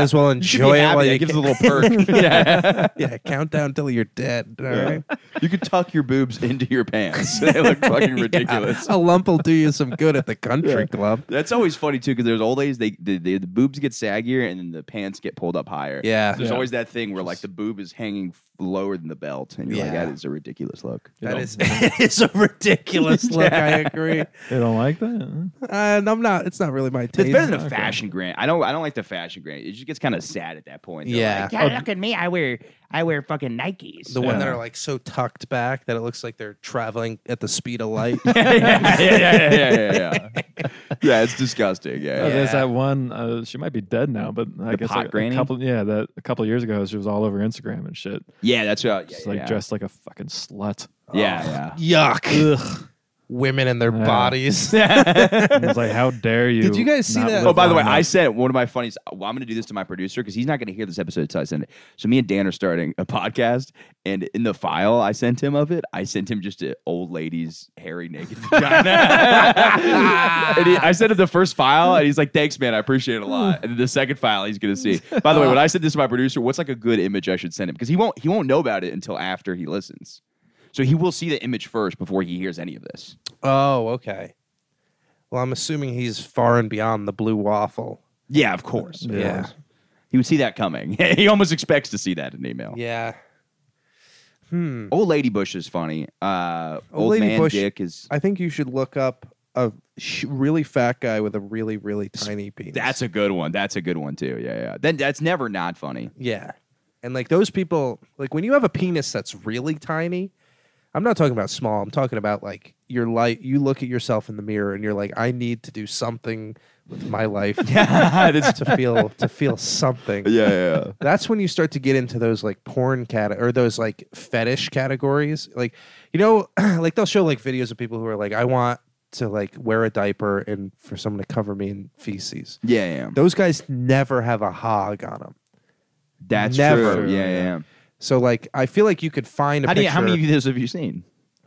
F: as well enjoy it while you
E: gives
F: can.
E: a little perk. yeah.
F: yeah, count down till you're dead. All right.
E: You could tuck your boobs into your pants. they look fucking
F: Yeah,
E: ridiculous.
F: a lump will do you some good at the country club.
E: That's always funny too, because there's old ladies. They, they, they the boobs get saggier and then the pants get pulled up higher.
F: Yeah.
E: there's
C: Yeah.
E: always that thing where like the boob is hanging f- lower than the belt, and you're like,
F: Yeah.
E: that is a ridiculous look.
F: That is, it is a ridiculous look. I agree,
C: They don't like that. huh?
F: and I'm not. It's not really my taste.
E: It's better than a fashion grant. I don't. I don't like the fashion grant. It just gets kind of sad at that point. They're
F: Yeah.
E: like,
G: Yeah, look at me. I wear I wear fucking Nikes.
F: The one that
C: Yeah.
F: are like so tucked back that it looks like they're traveling at the speed of light.
E: yeah, yeah, yeah, yeah, yeah, yeah, yeah. Yeah, it's disgusting. Yeah,
C: Uh,
E: yeah.
C: There's that one. Uh, she might be dead now, but I
E: The
C: guess
E: pot
C: like
E: granny?
C: a couple. Yeah, that a couple years ago, she was all over Instagram and shit.
E: yeah that's right. Yeah,
C: She's
E: yeah,
C: like
E: yeah.
C: dressed like a fucking slut.
E: Yeah, yeah.
F: Yuck. Women and their
C: Yeah.
F: bodies.
C: I was like, "How dare you?"
F: Did you guys see
C: not
F: that-
C: live
E: Oh, by the way,
C: long
E: I
C: enough?
E: said one of my funniest. Well, I'm going to do this to my producer because he's not going to hear this episode until I send it. So me and Dan are starting a podcast, and in the file I sent him of it, I sent him just an old lady's hairy naked vagina. and he, I sent him the first file, and he's like, "Thanks, man, I appreciate it a lot." And then the second file he's going to see. By the way, when I sent this to my producer, what's like a good image I should send him because he won't he won't know about it until after he listens. So he will see the image first before he hears any of this.
F: oh, okay. Well, I'm assuming he's far and beyond the blue waffle.
E: Yeah, of course. of
F: Yeah.
E: course. He would see that coming. he almost expects to see that in an email.
F: Yeah. Hmm.
E: Old Lady Bush is funny. Uh, old
F: Old Lady
E: Man
F: Bush-
E: Dick is.
F: I think you should look up a sh- really fat guy with a really, really tiny penis.
E: That's a good one. That's a good one too. Yeah, yeah. Then that's never not funny.
F: Yeah. And like those people, like when you have a penis that's really tiny, I'm not talking about small. I'm talking about like your life. You look at yourself in the mirror and you're like, I need to do something with my life to feel to feel something.
E: Yeah, yeah.
F: That's when you start to get into those like porn cat or those like fetish categories. Like, you know, like they'll show like videos of people who are like, I want to like wear a diaper and for someone to cover me in feces.
E: yeah, yeah.
F: Those guys never have a hog on them.
E: That's
F: Never.
E: true. Yeah, yeah. yeah.
F: So like I feel like you could find a
E: How do you?
F: picture.
E: How many of those have you seen?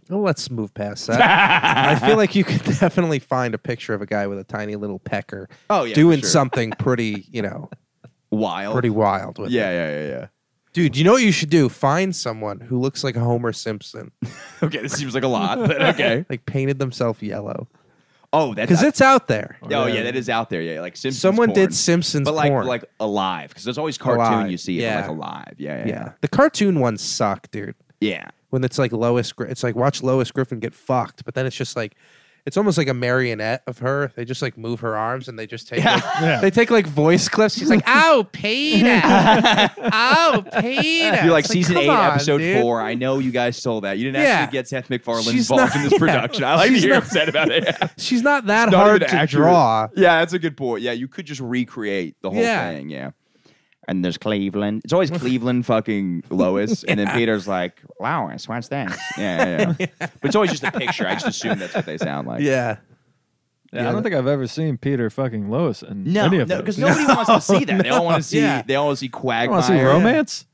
F: Well, let's move past that. I feel like you could definitely find a picture of a guy with a tiny little pecker
E: Oh, yeah, for
F: doing
E: sure.
F: something pretty, you know,
E: Wild.
F: pretty wild with it.
E: Yeah, yeah, yeah, yeah.
F: Dude, you know what you should do? Find someone who looks like Homer Simpson.
E: Okay, this seems like a lot, but okay.
F: Like painted themselves yellow.
E: Oh, that's.
F: Cuz it's out there.
E: oh yeah, that is out there. Yeah, like Simpsons
F: Someone
E: porn.
F: did Simpsons
E: but like
F: porn.
E: like alive because there's always cartoon
F: Alive,
E: you see yeah.
F: yeah.
E: like alive. Yeah, yeah, yeah.
F: yeah. The cartoon ones suck, dude.
E: yeah.
F: when it's like Lois, Gri- it's like watch Lois Griffin get fucked, but then it's just like, it's almost like a marionette of her. They just like move her arms and they just take, like, they take like voice clips. She's like, "Oh, Peter, oh, Peter."
E: You're like season
F: come
E: eight,
F: on,
E: episode
F: dude.
E: four. I know you guys saw that. You didn't
F: Yeah.
E: actually get Seth MacFarlane
F: She's not-
E: involved in this
F: yeah.
E: production. I like
F: She's
E: that you're
F: not-
E: upset about it.
F: She's not that
E: Not
F: hard
E: even
F: to
E: accurate.
F: draw.
E: Yeah, that's a good point. Yeah, you could just recreate the whole
F: Yeah.
E: thing. Yeah. And there's Cleveland. It's always Cleveland fucking Lois. And then Peter's like, Lois, what's that? Yeah, yeah, yeah. but it's always just a picture. I just assume that's what they sound like.
F: Yeah,
C: Yeah, I don't think I've ever seen Peter fucking Lois in
E: No,
C: any of
E: no,
C: those.
E: because nobody wants to see that. They all want to see.
F: Yeah.
E: They all want to see
C: I
E: Quagmire.
C: want to see romance.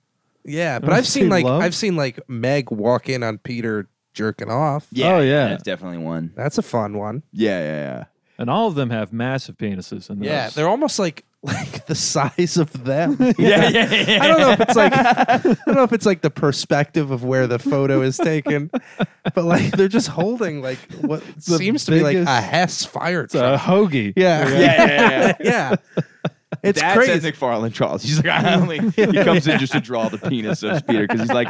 F: Yeah, but
C: Don't
F: I've seen
C: you
F: like
C: love?
F: I've seen like Meg walk in on Peter jerking off.
E: Yeah,
C: Oh,
E: yeah,
C: yeah.
E: that's definitely one.
F: That's a fun one.
E: Yeah, yeah,
C: And all of them have massive penises. In
F: Yeah,
C: those.
F: they're almost like like the size of them.
E: yeah, yeah, yeah. yeah.
F: I don't know if it's like I don't know if it's like the perspective of where the photo is taken, but like they're just holding like what seems to be like
C: biggest-
F: a Hess fire
C: it's a
F: truck.
C: hoagie.
F: yeah,
E: yeah, yeah, yeah.
F: yeah. It's
E: that says
F: crazy.
E: McFarlane Charles. He's like, I only he comes in just to draw the penis of Peter because he's like,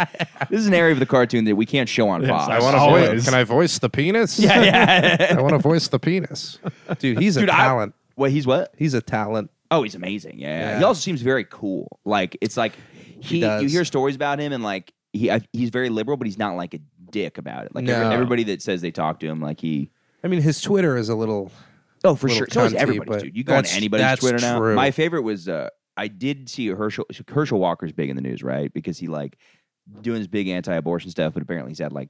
E: this is an area of the cartoon that we can't show on
C: Yes,
E: Fox.
C: I wanna
F: voice-
C: Always.
F: Can I voice the penis?
E: Yeah, yeah.
F: I want to voice the penis. Dude, he's a
E: Dude, I-
F: talent.
E: What he's what?
F: He's a talent.
E: Oh, he's amazing. Yeah, yeah.
F: Yeah.
E: He also seems very cool. Like it's like he, you
F: does.
E: hear stories about him and like he I, he's very liberal, but he's not like a dick about it. Like every-
F: No.
E: everybody that says they talk to him, like he.
F: I mean, his Twitter is a little.
E: Oh, for
F: Little
E: sure. So is
F: cunty,
E: everybody's
F: but
E: dude. You go on
F: that's-
E: anybody's
F: that's
E: Twitter now.
F: true.
E: My favorite was uh, I did see Herschel Herschel Walker's big in the news, right? Because he like doing his big anti-abortion stuff, but apparently he's had like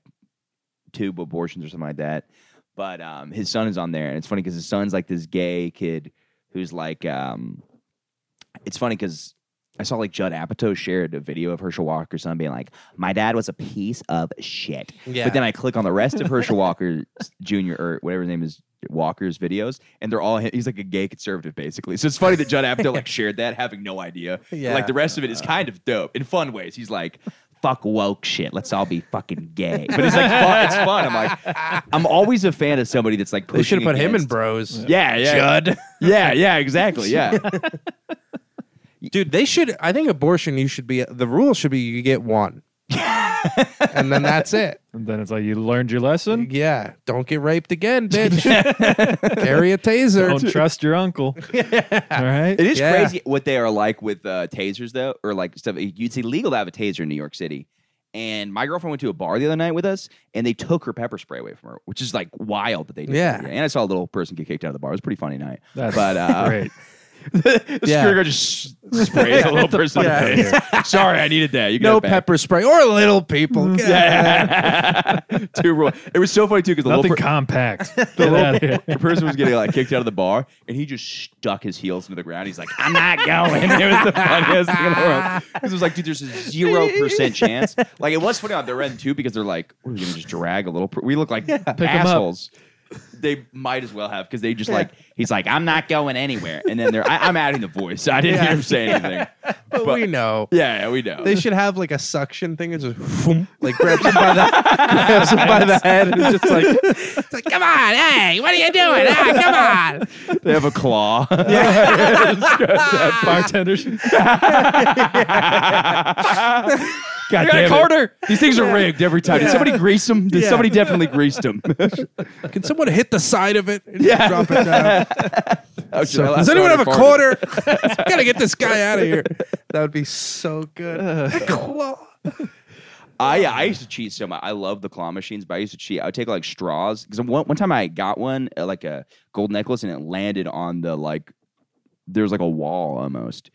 E: two abortions or something like that. But um, his son is on there, and it's funny because his son's like this gay kid who's like, um, it's funny because I saw like Judd Apatow shared a video of Herschel Walker's son being like, "My dad was a piece of shit."
F: Yeah.
E: But then I click on the rest of Herschel Walker Jr. or whatever his name is, Walker's videos, and they're all him. he's like a gay conservative basically. So it's funny that Judd Apatow like shared that, having no idea. But,
F: Yeah. Uh.
E: Like the rest of it is kind of dope in fun ways. He's like. Fuck woke shit. Let's all be fucking gay. But it's like fun. It's fun. I'm like, I'm always a fan of somebody that's like.
F: They should
E: pushing
F: have put him in
E: against-
F: Bros.
E: Yeah, yeah,
F: Judd.
E: Yeah, yeah, exactly. Yeah,
F: Dude, they should. I think abortion, you should be. The rule should be you get one. and then that's it.
C: And then it's like you learned your lesson.
F: Yeah. Don't get raped again, bitch. Carry a taser.
C: Don't trust your uncle. All right.
E: It is
F: Yeah.
E: crazy what they are like with uh, tasers, though, or like stuff. You'd say legal to have a taser in New York City. And my girlfriend went to a bar the other night with us, and they took her pepper spray away from her, which is like wild that they did. that.
F: Yeah.
E: And I saw a little person get kicked out of the bar. It was a pretty funny night.
C: That's
E: but uh,
C: great.
E: the
F: Yeah.
E: security guard just s- sprays a little person. in the
F: fuck
E: face. Sorry, I needed that. You can
F: no
E: have it back. Mm-hmm.
F: pepper spray or little people. Get out of here.
E: Yeah, Two rule. It was so funny too because the
C: Nothing
E: little per-
C: compact.
E: the
C: Get
E: little-
C: out of here.
E: the person was getting like kicked out of the bar, and he just stuck his heels into the ground. He's like, "I'm not going." it was the funniest thing in the world because it was like, dude, there's a zero percent chance. Like it was funny on their end too because they're like, "We're gonna just drag a little." Per- we look like
C: Pick 'em up.
E: assholes. They might as well have because they just like he's like, "I'm not going anywhere," and then they're I, I'm adding the voice. I didn't hear him say anything.
F: But, we know.
E: Yeah, yeah, we know.
F: They should have like a suction thing. It's just whoom, like grabs him by the grabs him by the head and just like
G: It's like, come on, hey, what are you doing? Ah, come on.
E: They have a claw.
C: Bartenders.
E: God
C: damn it.
E: Carter. These things are rigged every time. Did somebody grease them? Did somebody definitely greased them?
F: Can someone hit the side of it? And yeah. Drop it down.
E: So-
F: Does anyone have a quarter? Gotta get this guy out of here. That would be so good. Claw.
E: I I used to cheat so much. I love the claw machines, but I used to cheat. I would take like straws because one, one time I got one uh, like a gold necklace and it landed on the like there was like a wall almost,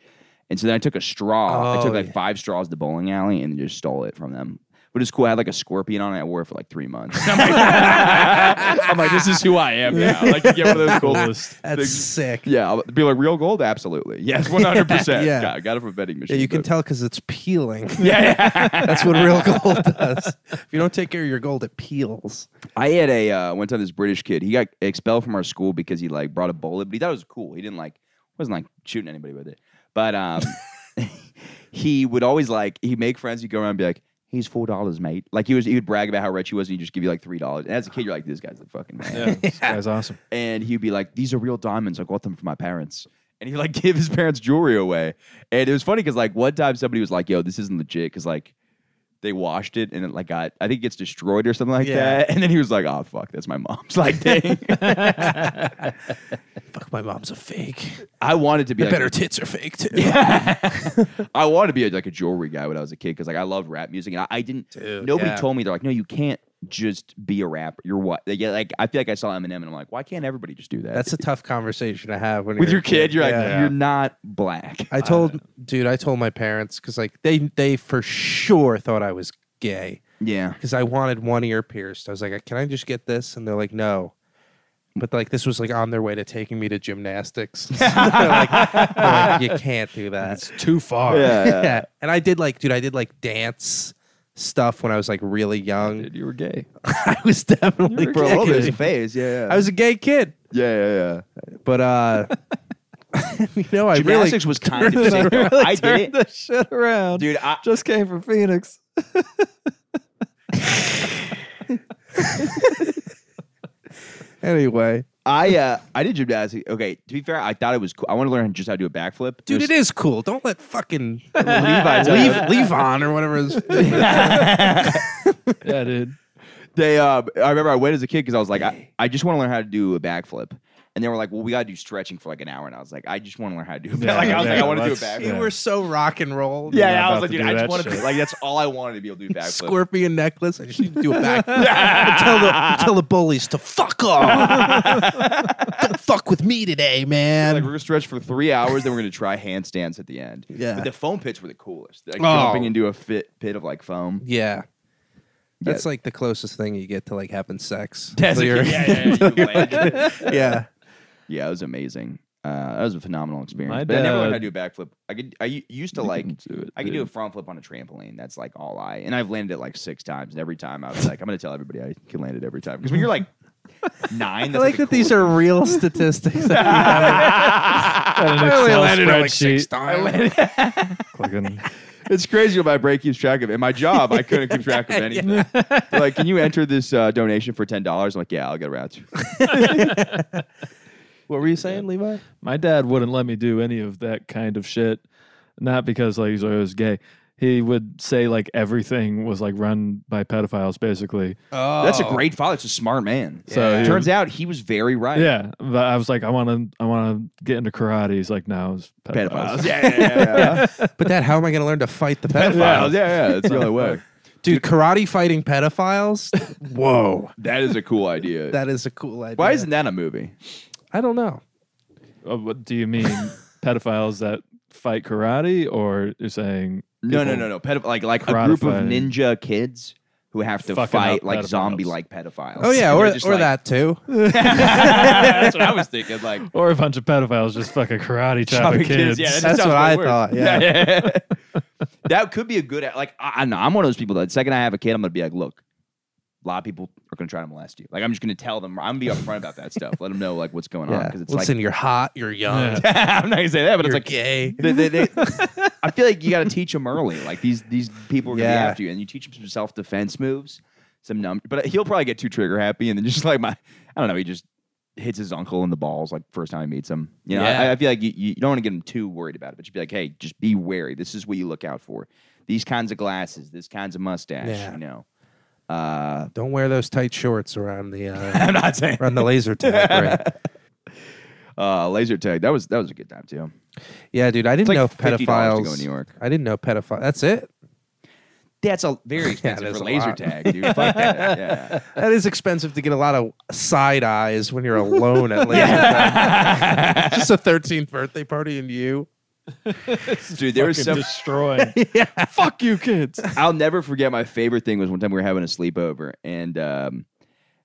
E: and so then I took a straw. I
F: Oh,
E: took like
F: yeah.
E: five straws to the bowling alley and just stole it from them. But it's cool. I had like a scorpion on it. I wore it for like three months. I'm like, I'm like, this is who I am now. Like you get one of those gold.
C: Coolest.
F: That's
E: things.
F: sick.
E: Yeah, I'll be like real gold. Absolutely, yes, one hundred percent.
F: Yeah.
E: Yeah, I got it from a vending
F: Yeah,
E: machine.
F: you can
E: but-
F: tell because it's peeling.
E: Yeah, yeah.
F: That's what real gold does. If you don't take care of your gold, it peels.
E: I had a uh, one time this British kid. He got expelled from our school because he like brought a bullet, but he thought it was cool. He didn't like wasn't like shooting anybody with it. But um, he would always like he'd make friends. He'd go around and be like, "He's four dollars, mate." Like he was, he would brag about how rich he was, and he'd just give you like three dollars. And as a kid, you're like, "This guy's the fucking man."
C: Yeah, this guy's awesome.
E: and he'd be like, "These are real diamonds. I got them from my parents." And he like gave his parents jewelry away. And it was funny because like one time somebody was like, "Yo, this isn't legit," because like they washed it and it like got I think it gets destroyed or something like
F: Yeah.
E: that. And then he was like, "Oh fuck, that's my mom's." Like, dang,
F: Fuck, my mom's a fake.
E: I wanted to be like,
F: Better tits are fake too.
E: I wanted to be like a jewelry guy when I was a kid because like I loved rap music and I, I didn't.
F: Dude,
E: nobody
F: yeah.
E: told me they're like, no, you can't just be a rapper. You're what? Yeah, like I feel like I saw Eminem and I'm like, why can't everybody just do that?
F: That's a tough conversation to have when
E: with
F: you're
E: your
F: a
E: kid. You're like,
F: Yeah.
E: you're not black.
F: I told, dude, I told my parents because like they they for sure thought I was gay
E: yeah.
F: because I wanted one ear pierced. I was like, can I just get this? And they're like, no. But like this was like on their way to taking me to gymnastics. They're like, they're like, you can't do that.
C: Too far.
E: yeah.
F: Yeah. And I did like, dude, I did like dance stuff when I was like really young.
C: Dude, you were gay.
F: I was definitely
E: For a little bit, it's a
F: gay.
E: phase. Yeah, yeah.
F: I was a gay kid.
E: yeah, yeah, yeah.
F: But uh you know, I really
E: Gymnastics was kind of sick. I did
C: Turned
E: it,
C: this shit around.
E: dude. I,
C: Just came from Phoenix.
F: anyway.
E: I, uh, I did gymnastics. Okay, to be fair, I thought it was. cool. I want to learn just how to do a backflip,
F: Dude,
E: Just-
F: it is cool. Don't let fucking
E: Levi's
F: leave leave on or whatever is
C: Yeah, dude.
E: they uh, I remember I went as a kid because I was like, I, I just want to learn how to do a backflip. And they were like, Well, we gotta do stretching for like an hour. And I was like, I just want to learn how to do a back.
C: Yeah,
E: like I was like,
C: yeah,
E: I want to do a
C: let's-
E: backflip.
F: You
C: yeah.
F: were so rock and roll.
E: Yeah, yeah, I
C: I'm about
E: was like,
C: to
E: dude,
C: do
E: I
C: that
E: just want to
C: shit.
E: like that's all I wanted to be able to do backflip.
F: Scorpion necklace. I just need to do a back. tell the tell the bullies to fuck off. Don't fuck with me today,
E: Like we're
F: man.
E: gonna stretch for three hours, then we're gonna try handstands at the end.
F: Yeah.
E: But the foam pits were the coolest. Like
F: Oh.
E: jumping into a fit pit of like foam.
F: Yeah. That's
E: Yeah.
F: like the closest thing you get to like having sex.
E: That's
F: So
E: yeah,
F: you're-
E: yeah, yeah, you land.
F: yeah.
E: yeah, it was amazing. Uh, that was a phenomenal experience.
C: My
E: but I never learned
C: dad-
E: how to do a backflip. I could I u- used to
C: You
E: like
C: can do it,
E: I could
C: dude.
E: do a front flip on a trampoline. That's like all I and I've landed it like six times, and every time I was like, I'm gonna tell everybody I can land it every time. Because when you're like nine,
F: I
E: that's
F: like that these are real statistics.
C: And an Excel spreadsheet. Clicking.
E: It's crazy what my brain keeps track of. In my job, I couldn't keep track of anything. Like, can you enter this uh, donation for ten dollars? I'm like, yeah, I'll get around to. it."
F: what were you saying, Levi?
C: My dad wouldn't let me do any of that kind of shit. Not because like he's like, I was gay. He would say like everything was like run by pedophiles, basically.
F: Oh,
E: That's a great father. It's a smart man.
C: So he
E: Turns out he was very right.
C: Yeah, but I was like, I want to, I want to get into karate. He's like, no, it's pedophiles.
E: Pedophiles. Yeah, yeah, yeah, yeah.
F: But that, how am I going to learn to fight the
E: Pedophiles.
F: pedophiles?
E: Yeah, yeah. It's the only way.
F: Dude, karate fighting pedophiles? Whoa.
E: That is a cool idea.
F: That is a cool idea.
E: Why isn't that a movie?
F: I don't know.
C: Uh, what do you mean, pedophiles that fight karate, or you're saying
E: No, no,
C: people-
E: no, no. Pedoph- like like a
C: Karate
E: group of
C: fighting.
E: ninja kids who have to
C: Fucking
E: fight
C: up
E: like
C: pedophiles.
E: zombie like pedophiles.
F: Oh, yeah.
E: And
F: Or,
E: they're
F: or
E: just like- Uh-huh.
F: that, too.
E: That's what I was thinking. Like
C: or a bunch of pedophiles just fucking karate chopping
E: chopping
C: kids?
E: Yeah, that just
F: That's what
E: sounds way
F: I
E: worse.
F: thought, yeah.
E: that could be a good like I, I don't know. I'm one of those people that the second I have a kid, I'm gonna be like, look, a lot of people are gonna try to molest you. Like I'm just gonna tell them. I'm gonna be upfront about that stuff. Let them know like what's going on
F: Yeah.
E: because it's
F: Listen,
E: like
F: you're hot, you're young,
E: I'm not gonna say that, but
F: you're
E: it's like
F: gay.
E: they, they, they, I feel like you got to teach them early. Like these these people are gonna
F: Yeah.
E: be after you, and you teach them some self defense moves, some num. But he'll probably get too trigger happy, and then just like my, I don't know, he just hits his uncle in the balls like first time he meets him. You know, I,
F: Yeah.
E: I feel like you, you don't want to get him too worried about it, but just be like, hey, just be wary. This is what you look out for. These kinds of glasses, this kinds of mustache.
F: Yeah.
E: You know, uh,
F: Don't wear those tight shorts around the uh,
E: I'm not saying
F: around the laser tag. Right?
E: uh, laser tag. That was that was a good time too.
F: Yeah, dude, I didn't
E: like
F: know
E: $50 to go
F: pedophiles.
E: in New York.
F: I didn't know pedophile. That's it.
E: That's a very expensive
F: there's
E: for
F: a
E: laser
F: lot.
E: tag, dude. Fuck that. Yeah.
F: That is expensive to get a lot of side eyes when you're alone at laser tag. Just a 13th birthday party and you.
E: Dude, there was
C: Fucking
E: some
C: destroying. Fuck you, kids.
E: I'll never forget my favorite thing was one time we were having a sleepover and um,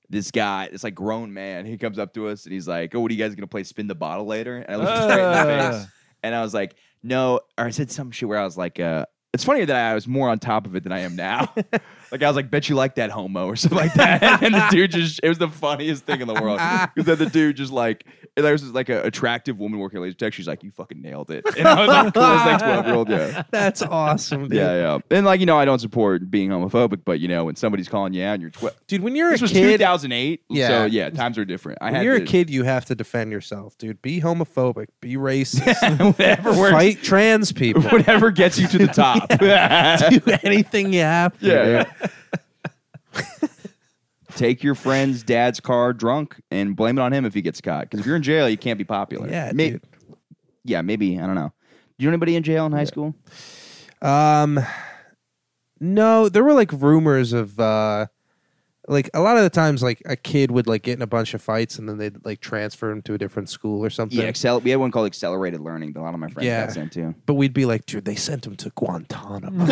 E: this guy, this like grown man, he comes up to us and he's like, "Oh, what are you guys gonna play? Spin the bottle later?" And I looked him straight in the
C: Uh.
E: face and I was like, "No," or I said some shit where I was like, uh, "It's funny that I was more on top of it than I am now." like I was like, "Bet you like that homo" or something like that, and the dude just—it was the funniest thing in the world because then the dude just like. And there was this like an attractive woman working at laser tech. She's like, "You fucking nailed it," and I was like, "Coolest thing to the world, yeah."
F: That's awesome, dude.
E: Yeah, yeah. And like you know, I don't support being homophobic, but you know, when somebody's calling you out, and you're tw-
F: Dude, when you're
E: this
F: a
E: was
F: kid,
E: 2008, so
F: Yeah.
E: yeah, times are different. I
F: when
E: had
F: you're
E: to-
F: a kid, you have to defend yourself, dude. Be homophobic, be racist,
E: whatever works,
F: fight trans people.
E: whatever gets you to the top. yeah,
F: do anything you have to.
E: yeah. Take your friend's dad's car drunk and blame it on him if he gets caught. Because if you're in jail, you can't be popular.
F: Yeah,
E: May-
F: dude.
E: yeah, maybe I don't know. Do you know anybody in jail in high school?
F: Um, no, there were like rumors of uh, like a lot of the times like a kid would like get in a bunch of fights and then they'd like transfer him to a different school or something.
E: Yeah, excel. We had one called accelerated learning. that A lot of my friends
F: Yeah.
E: got sent to.
F: But we'd be like, dude, they sent him to Guantanamo.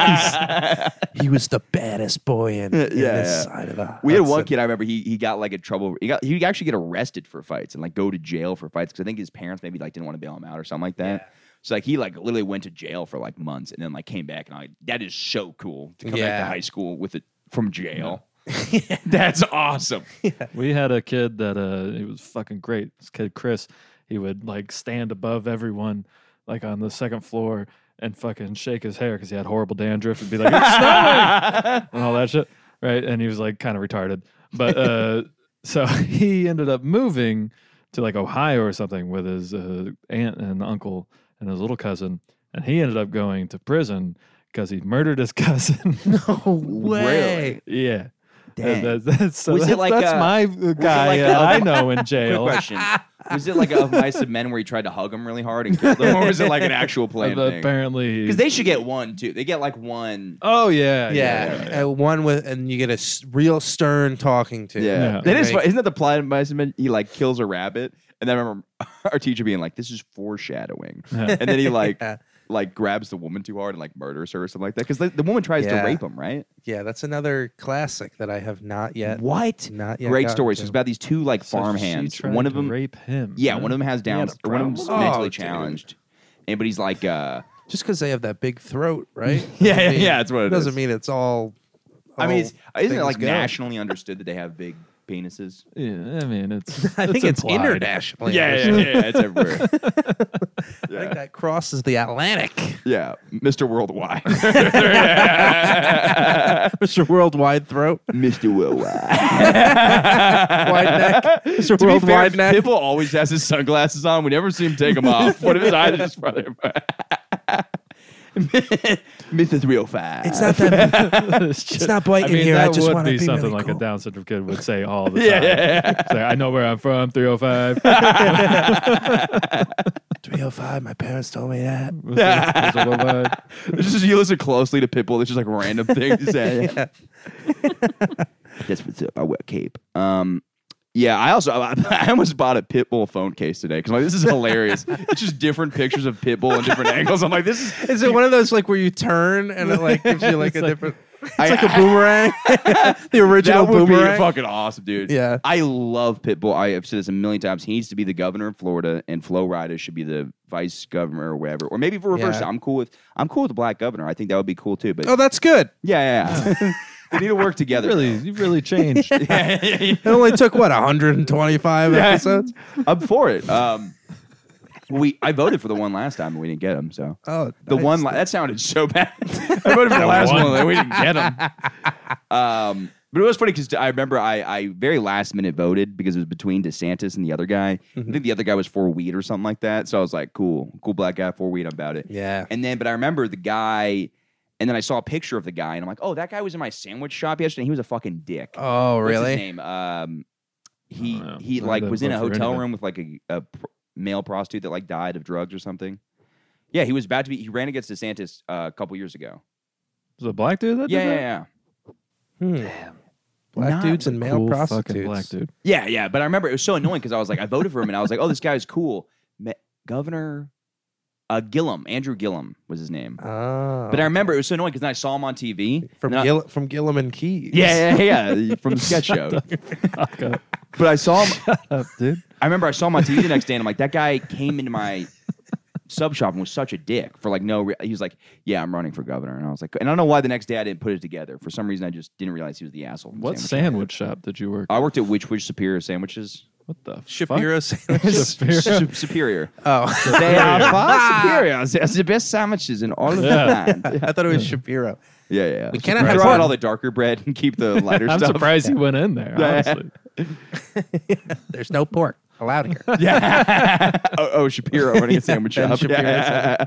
F: He's- he was the baddest boy in, in
E: yeah,
F: this
E: yeah.
F: side of the.
E: We had one
F: Hudson.
E: kid I remember. He he got like in trouble. He got he would actually get arrested for fights and like go to jail for fights because I think his parents maybe like didn't want to bail him out or something like that. So like he like literally went to jail for like months and then like came back and I that is so cool to come back to
F: Yeah.
E: high school with it from jail. That's awesome.
C: We had a kid that uh he was fucking great. This kid Chris, he would like stand above everyone like on the second floor and fucking shake his hair because he had horrible dandruff and be like, it's snowing and all that shit. Right. And he was like kind of retarded. But uh so he ended up moving to like Ohio or something with his uh, aunt and uncle and his little cousin. And he ended up going to prison because he murdered his cousin.
F: No way.
E: Really?
C: yeah.
E: Dang.
C: That- that- that's so
E: Was it
C: that's,
E: like,
C: that's
E: uh,
C: my uh,
E: it
C: guy
E: like
C: uh,
E: the-
C: I know in
E: Quick
C: jail.
E: question: Was it like a Mice of Men where he tried to hug him really hard and killed him, or was it like an actual plan
C: Uh,
E: thing?
C: Apparently,
E: Because they should get one too. They get like one.
C: Oh yeah,
F: Yeah, uh, one with, and you get a s- real stern talking to.
C: Yeah.
E: That is
F: Like-
E: fu- Isn't that the plot of Mice and Men? He like kills a rabbit, and then I remember our teacher being like, "This is foreshadowing,"
C: Yeah.
E: and then he like
F: Yeah.
E: like grabs the woman too hard and like murders her or something like that. Because the, the woman tries
F: Yeah.
E: to rape him, right?
F: Yeah, that's another classic that I have not yet.
E: What?
F: Not yet.
E: Great
F: gotten
E: stories.
F: to.
E: It's about these two like
C: So
E: farm
C: she
E: hands.
C: tried
E: One of
C: to
E: them
C: rape him.
E: Yeah,
C: huh?
E: one of them has
C: He had
E: Downs.
C: a
E: One of them's
C: problem.
E: mentally
F: Oh, dude.
E: challenged. And but he's like, uh,
F: just because they have that big throat, right?
E: Yeah, yeah,
F: I mean,
E: yeah, that's what it
F: doesn't
E: is.
F: mean it's all.
E: I mean,
F: all
E: it's, isn't it
F: things
E: like
F: go.
E: nationally understood that they have big penises?
C: Yeah, I mean, it's.
F: I think it's,
C: implied.
F: international.
E: yeah, it's everywhere.
F: I think that crosses the Atlantic.
E: yeah, Mr. Worldwide,
F: Mr. Worldwide Throat,
E: Mr. Worldwide.
F: Wide Neck, Mr.
E: To be fair,
F: Worldwide Neck.
E: Pipple always has his sunglasses on. We never see him take them off. What if his eyes are just front of Mr. 305.
F: It's not that.
C: it's
F: not white
C: I
F: in
C: mean,
F: here. I
C: That
F: just
C: would
F: wanna
C: be
F: be
C: something
F: really
C: like a
F: cool.
C: Down syndrome kid would say all the time.
E: Yeah, yeah,
C: It's like, I know where I'm from. 305. There's
F: 305. My parents told me that.
C: a- there's a robot.
E: It's just you listen closely to Pitbull. It's just like random things to say. That's what's up. I wear a cape. Um, yeah, I also I, I almost bought a Pitbull phone case today because like this is hilarious. it's just different pictures of Pitbull in different angles. I'm like, this is
F: Is it one of those like where you turn and it like gives you like a
C: like-
F: different? It's
E: I-
F: like a boomerang. the original
E: that would be
F: boomerang.
E: fucking awesome, dude.
F: Yeah.
E: I love Pitbull. I have said this a million times. He needs to be the governor of Florida, and Flo Rida should be the vice governor or whatever. Or maybe for reverse,
F: Yeah.
E: I'm cool with I'm cool with the black governor. I think that would be cool too. But
F: oh, that's good.
E: yeah, yeah, yeah. they need to work together.
C: Really, you really changed.
F: It only took what 125 episodes.
E: I'm for it. Um, we I voted for the one last time and we didn't get him. So
F: Oh,
E: the
F: nice.
E: one la- that sounded so bad. I voted for the last one.
C: we didn't get him.
E: Um, but it was funny because I remember I, I very last minute voted because it was between DeSantis and the other guy.
F: Mm-hmm.
E: I think the other guy was for weed or something like that. So I was like, cool, cool black guy for weed. I'm about it.
F: Yeah.
E: And then, but I remember the guy, and then I saw a picture of the guy, and I'm like, oh, that guy was in my sandwich shop yesterday. and He was a fucking dick.
F: Oh,
E: What's his
F: really?
E: name? Um, he
C: don't know.
E: he
C: I
E: like
C: didn't
E: was in a
C: vote for
E: hotel
C: anything.
E: room with like a, a pr- male prostitute that like died of drugs or something. Yeah, he was about to be. He ran against DeSantis uh, a couple years ago.
C: Was it a black dude that
E: Yeah,
C: did
E: yeah,
C: that?
E: yeah.
F: Hmm. Black
E: Not
F: dudes and male
C: Cool fucking
F: prostitutes.
C: black dude.
E: Yeah, yeah. But I remember it was so annoying because I was like, I voted for him, and I was like, oh, this guy's cool. Me- Governor uh, Gillum, Andrew Gillum was his name.
F: Oh.
E: But I remember it was so annoying because I saw him on TV
F: from
E: and I-
F: Gill- from Gillum and Keys.
E: yeah, yeah, yeah, from the sketch show.
C: Fuck up,
E: But I saw him.
C: up, Uh, dude.
E: I remember I saw him on TV the next day, and I'm like, that guy came into my sub shop and was such a dick for like no. Re- he was like, yeah, I'm running for governor, and I was like, and I don't know why the next day I didn't put it together. For some reason, I just didn't realize he was the asshole. from
C: What
E: Sandwich Uh,
C: sandwich shop did you work?
E: Shop. I worked at Witch Witch Superior Sandwiches.
C: What the
F: Shapiro
C: fuck?
F: sandwiches.
C: Shapiro.
E: Sup- Superior.
C: Uh,
F: oh,
E: They are far superior. That's the best sandwiches in all of
C: Ah. Yeah.
E: the land.
F: I thought it was Shapiro.
E: Yeah, yeah.
F: We cannot have
E: throw out
F: one.
E: all the darker bread and keep the lighter
C: I'm
E: stuff.
C: surprised you went in there.
E: Yeah.
C: Honestly,
F: There's no pork allowed here.
E: Oh, oh, Shapiro running a sandwich
F: Ben
E: shop.
F: Shapiro
E: Yeah.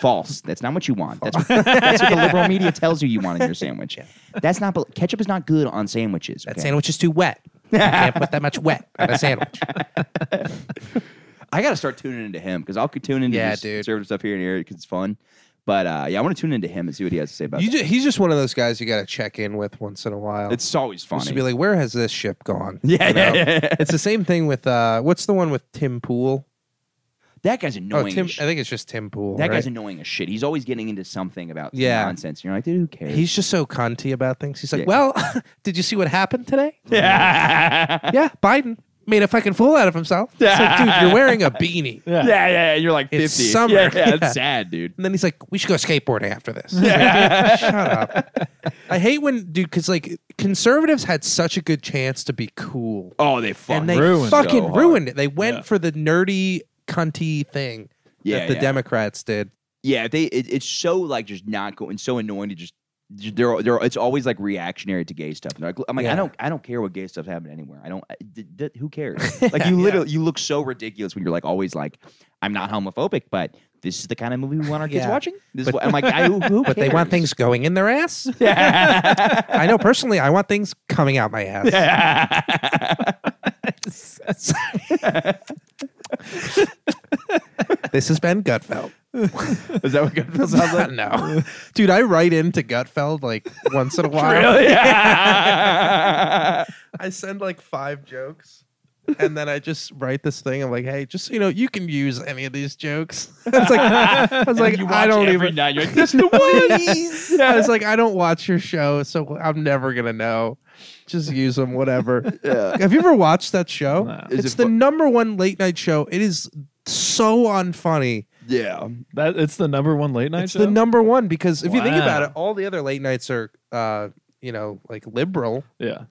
E: False. That's not what you want. That's what, that's what the liberal media tells you you want in your sandwich. That's not. bel- Ketchup is not good on sandwiches.
F: That
E: okay?
F: sandwich is too wet. You can't put that much wet on a sandwich.
E: I gotta start tuning into him because I'll tune into
F: Yeah,
E: just
F: dude.
E: conservative stuff here and here because it's fun. But uh, yeah, I want to tune into him and see what he has to say about.
F: You
E: it.
F: ju- he's just one of those guys you got to check in with once in a while.
E: it's always funny.
F: just to be like, where has this ship gone?
E: yeah,
F: You know?
E: yeah, yeah, yeah.
F: It's the same thing with uh, what's the one with Tim Pool?
E: that guy's annoying.
F: Oh,
E: as
F: Tim.
E: shit.
F: I think it's just Tim Pool.
E: that
F: right?
E: guy's annoying as shit. He's always getting into something about some
F: Yeah.
E: nonsense. You're like, dude, who cares?
F: He's just so cunty about things. He's like,
E: Yeah.
F: well, did you see what happened today?
E: yeah,
F: yeah, Biden made a fucking fool out of himself. It's like, dude, you're wearing a beanie.
E: yeah, yeah, yeah. You're like
F: It's
E: 50.
F: summer.
E: Yeah, yeah, it's
F: Yeah.
E: sad, dude.
F: And then he's like, we should go skateboarding after this. Shut up. I hate when, dude, because like conservatives had such a good chance to be cool.
E: Oh, they fucking
F: and they
C: ruined it.
F: fucking
E: So hard.
F: ruined it. They went
C: Yeah.
F: for the nerdy, cunty thing
E: yeah,
F: that the
E: yeah.
F: Democrats did.
E: Yeah, if they it, it's so like just not going, so annoying to just they're they're it's always like reactionary to gay stuff. And they're like, I'm like I
F: Yeah.
E: don't I don't care what gay stuff's happening anywhere. I don't I- d- d- who cares. Like you literally you look so ridiculous when you're like always like I'm not homophobic, but this is the kind of movie we want our kids
F: Yeah.
E: watching. This is what I'm like. I, who, who
F: But they want
E: cares?
F: things going in their ass.
E: Yeah.
F: I know personally, I want things coming out my ass. This has been Gutfeld.
E: is that what good feels like?
F: no, dude, I write into Gutfeld like once in a while.
E: Yeah.
F: I send like five jokes. And then I just write this thing. I'm like, hey, just so you know, you can use any of these jokes. it's like, I was like,
E: you
F: I
E: watch
F: don't
E: every
F: even.
E: night. You're like, this is the
F: Please. I was like, I don't watch your show, so I'm never gonna know. Just use them, whatever. Have you ever watched that show?
C: No.
E: Is
F: It's
E: it
F: the
E: fu-
F: number one late night show. It is so unfunny.
E: yeah.
C: That it's the number one late night
F: It's
C: show.
F: the number one because if you think
C: Wow.
F: about it, all the other late nights are, uh, you know, like liberal.
C: yeah,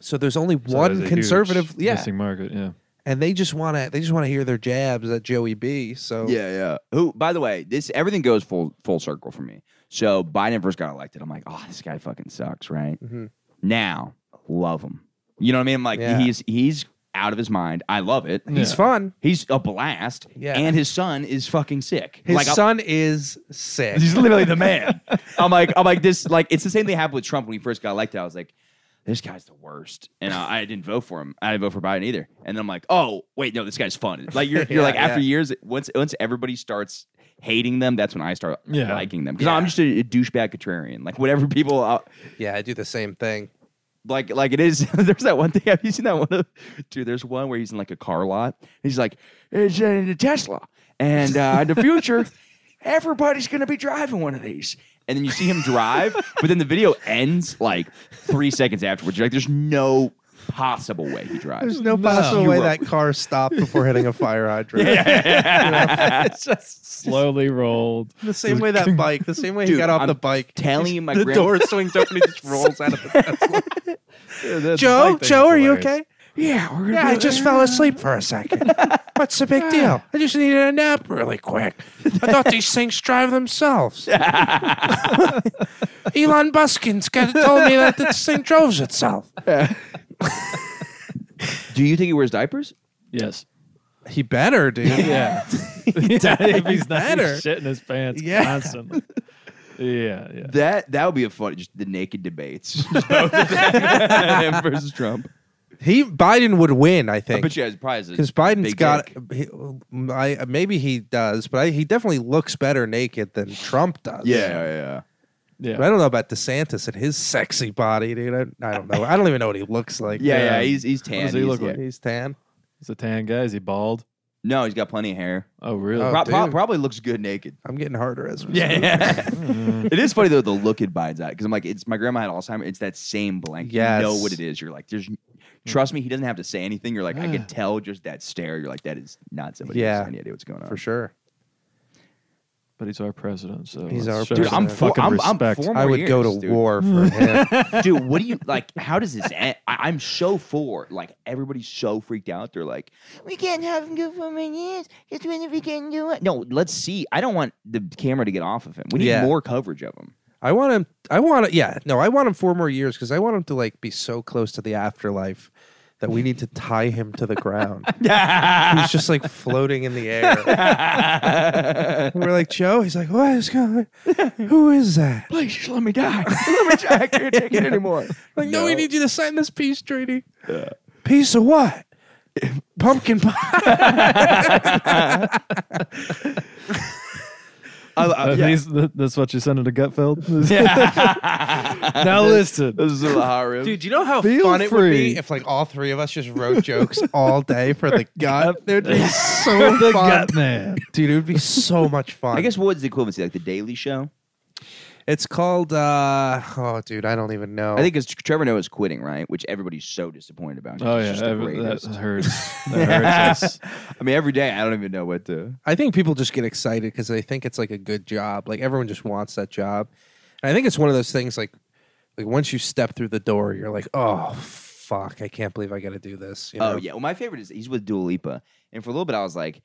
F: So there's only
C: So there's a
F: one
C: huge
F: conservative, yeah,
C: missing market. Yeah,
F: and they just want to they just want to hear their jabs at Joey B. So
E: Yeah, yeah. Who, by the way, this everything goes full full circle for me. So Biden first got elected. I'm like, oh, this guy fucking sucks, right?
F: Mhm.
E: Now, love him. You know what I mean? I'm like,
F: Yeah.
E: he's he's out of his mind. I love it.
F: he's
C: Yeah.
F: fun.
E: He's a blast.
F: Yeah.
E: And his son is fucking sick.
F: His
E: like, I-
F: son is sick.
E: he's literally the man. I'm like, I'm like this. Like, it's the same thing happened with Trump when he first got elected. I was like, this guy's the worst, and I, I didn't vote for him. I didn't vote for Biden either. And then I'm like, oh wait, no, this guy's fun. Like you're, you're
F: Yeah,
E: like after
F: yeah.
E: years, once once everybody starts hating them, that's when I start
C: Yeah.
E: liking them because I'm just a, douchebag contrarian. Like whatever people. Uh,
F: Yeah, I do the same thing.
E: like like it is. there's that one thing. Have you seen that one? Of, dude, there's one where he's in like a car lot. He's like, it's a Tesla, and uh, in the future, everybody's gonna be driving one of these. And then you see him drive, but then the video ends like three seconds afterwards. You're like, there's no possible way he drives.
F: There's no possible
E: You
F: way
E: were-
F: that car stopped before hitting a fire hydrant. it's just
C: slowly rolled.
F: the same way that bike, the same way he
E: Dude,
F: got off
E: I'm
F: the bike.
E: telling you, my
F: the
E: grandpa-
F: door swings open, he just rolls out of the Tesla.
C: The
F: Joe,
C: bike thing
F: Joe,
C: is
F: are you
C: hilarious.
F: okay? Yeah, we're yeah. I just fell asleep for a second. What's the big deal? I just needed a nap really quick. I thought these things drive themselves. Elon Muskins got told me that this thing drove itself.
E: Do you think he wears diapers?
C: Yes.
F: He better, dude.
C: Yeah. if he's not he's
F: better.
C: shitting his pants
F: Yeah.
C: constantly. Yeah, yeah.
E: That that would be a fun. Just the naked debates, Just both of them. him versus Trump.
F: He Biden would win, I
E: I
F: think.
E: bet you guys probably
F: Because Biden's got, he, I, maybe he does, but I, he definitely looks better naked than Trump does.
E: Yeah, yeah, yeah.
C: Yeah.
F: But I don't know about DeSantis and his sexy body, dude. I, I don't know. I don't even know what he looks like. um,
E: Yeah,
C: Yeah.
E: yeah, he's he's tan.
C: does he
E: he's-
C: look
E: yeah.
C: like?
F: He's tan.
C: He's a tan guy. Is he bald?
E: No, he's got plenty of hair.
C: Oh, really?
F: Oh.
E: Pro- pro-
F: dude.
E: probably looks good naked.
F: I'm getting harder as we
E: Yeah,
F: speak. Mm-hmm.
E: it is funny though the look it binds out because I'm like, it's my grandma had Alzheimer's. It's that same blank.
F: Yes. Mm.
E: You know what it is. You're like, there's. Trust me, he doesn't have to say anything. You're like, I can tell just that stare. You're like, that is not somebody who has
F: Yeah.
E: any idea what's going on.
F: for sure.
C: But he's our president, so
F: He's
C: let's
F: our
C: show
E: Dude, I'm
C: some
E: for,
C: fucking
E: I'm, I'm
C: respect.
E: for more
F: I would go
E: years,
F: to
E: dude.
F: war for him.
E: dude. What do you like? How does this end? I, I'm so for like everybody's so freaked out. They're like, we can't have him go for many years. Just when we can do it. No, let's see. I don't want the camera to get off of him. We need
F: Yeah.
E: more coverage of him.
F: I want him. I want to. Yeah, no, I want him four more years because I want him to like be so close to the afterlife that we need to tie him to the ground. He's just like floating in the air. And we're like Joe. He's like, what is going? Who is that?
E: Please just let me die. let me die. I can't take it anymore.
F: Like, no, we need you to sign this peace treaty. Peace of what? Pumpkin pie.
E: I, I, yeah.
C: These, th- that's what you sent it to Gutfeld.
E: now
C: now listen.
E: This is a hot room.
F: Dude, do you know how
C: Feel
F: fun it would
C: free.
F: be if like all three of us just wrote jokes all day for the gut? It would be so
C: the
F: fun.
C: gut man.
F: Dude, it would be so much fun.
E: I guess what's the equivalency? Like the Daily Show?
F: it's called uh oh dude, I don't even know.
E: I think it's Trevor Noah's quitting, right? Which everybody's so disappointed about. 'cause
C: Oh
E: it's
C: yeah,
E: just the
C: every- that
E: greatest.
C: hurts. That hurts us.
E: I mean, every day I don't even know what to.
F: I think people just get excited because they think it's like a good job. Like everyone just wants that job. And I think it's one of those things like like once you step through the door, you're like, oh fuck, I can't believe I gotta do this. You
E: Oh
F: know?
E: yeah. Well, my favorite is he's with Dua Lipa, and for a little bit I was like,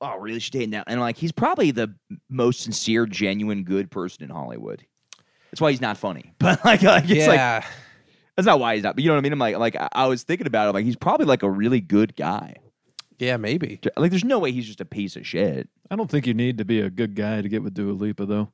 E: "Oh, really? She dating that?" And like, he's probably the most sincere, genuine, good person in Hollywood. That's why he's not funny. But like, like it's like
F: yeah.
E: that's not why he's not. But you know what I mean? I'm like, like I, I was thinking about it. I'm like, he's probably like a really good guy.
F: yeah, maybe.
E: Like, there's no way he's just a piece of shit.
C: I don't think you need to be a good guy to get with Dua Lipa though.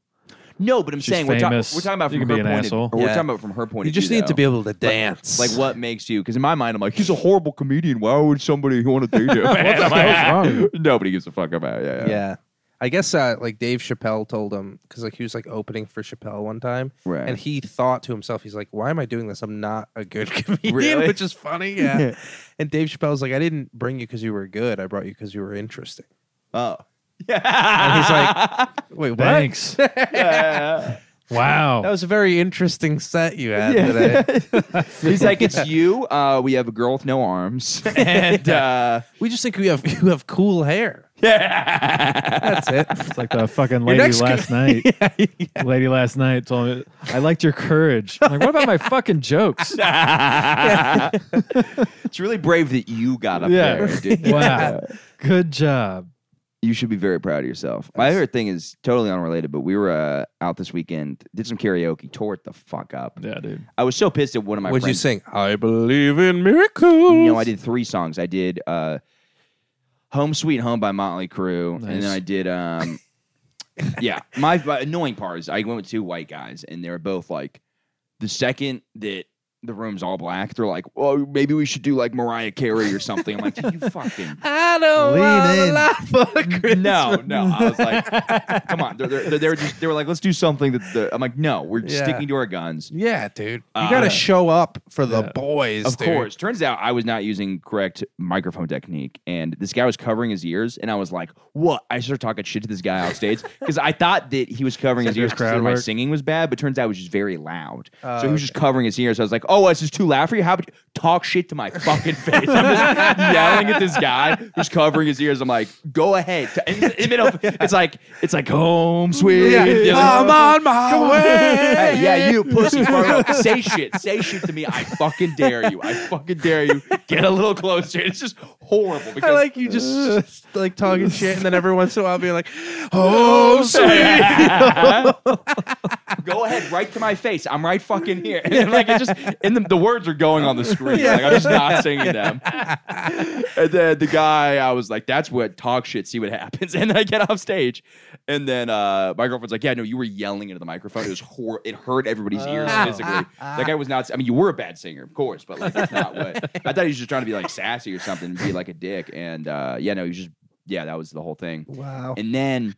E: No, but I'm
C: She's
E: saying we're, ta- we're
C: famous.
E: talking about
C: You
E: from her
C: can be an
E: point
C: asshole.
E: Of, or We're
F: Yeah.
E: talking about from her point
F: You
E: of view.
F: just need to
E: though.
F: be able to dance.
E: Like what makes you? Because in my mind, I'm like, he's a horrible comedian. Why would somebody want to date him?
C: wrong?
E: Nobody gives a fuck about. It. Yeah, yeah,
F: Yeah. I guess uh, like Dave Chappelle told him because like he was like opening for Chappelle one time,
E: Right.
F: and he thought to himself, he's like, "Why am I doing this? I'm not a good comedian,"
E: Really?
F: which is funny. Yeah. and Dave Chappelle's like, "I didn't bring you because you were good. I brought you because you were interesting."
E: Oh,
F: And he's like, "Wait, what?
C: Thanks. wow.
F: That was a very interesting set you had today.
E: He's like, it's you. Uh, we have a girl with no arms, and uh,
F: We just think you have you have cool hair.
E: that's it.
C: It's like the fucking lady
F: next
C: last night. Lady last night told me, I liked your courage. I'm like, what about my fucking jokes?
E: It's really brave that you got up
C: Yeah.
E: there. Dude.
C: Wow. Good job.
E: you should be very proud of yourself. My favorite thing is totally unrelated, but we were uh, out this weekend, did some karaoke, tore it the fuck up.
C: Yeah, dude.
E: I was so pissed at one of my
F: Would you
E: friends.
F: sing? I believe in miracles.
E: No, I did three songs. I did uh, "Home Sweet Home" by Motley Crue, and then
C: Nice.
E: I did. Um, yeah, my, my annoying part is I went with two white guys, and they were both like, the second that the room's all black, they're like, "Well, maybe we should do like Mariah Carey or something." I'm like, "Dude, you fucking
F: I don't
C: Lean
F: wanna
C: in.
F: laugh for Christmas.
E: no, no." I was like, "Come on!" They're, they're, they're just they were like, "Let's do something." That the, I'm like, "No, we're
F: Yeah.
E: sticking to our guns."
F: Yeah, dude. You
E: Uh,
F: gotta show up for the
C: Yeah.
F: boys.
E: Of
F: dude.
E: course. Turns out I was not using correct microphone technique, and this guy was covering his ears, and I was like, "What?" I started talking shit to this guy on stage because I thought that he was covering his
C: Like your
E: ears because
C: crowd
E: my
C: work.
E: singing was bad, but turns out it was just very loud.
F: Oh,
E: so he was just covering his ears. I was like, "Oh, it's just too loud for you. How about you talk shit to my fucking face?" I'm just yelling at this guy who's covering his ears. I'm like, "Go ahead." And it's, it's, middle- it's like it's like home sweet. Yeah.
F: I'm on my way.
E: Hey, yeah, you pussy furlough. Say shit. Say shit to me. I fucking dare you. I fucking dare you. Get a little closer. It's just horrible because
F: I like you just like talking shit, and then every once in a while being like, "Oh, sweet."
E: go ahead right to my face. I'm right fucking here. And like it just and the, the words are going on the screen. Like I'm just not singing them. And then the guy, I was like, that's what talk shit, see what happens. And then I get off stage. And then uh, my girlfriend's like, yeah, no, you were yelling into the microphone. It was hor- it hurt everybody's ears physically. That guy was not I mean, you were a bad singer, of course, but like that's not what I thought he was just trying to be like sassy or something, be like a dick. And uh, yeah, no, he was just yeah, that was the whole thing.
F: Wow.
E: And then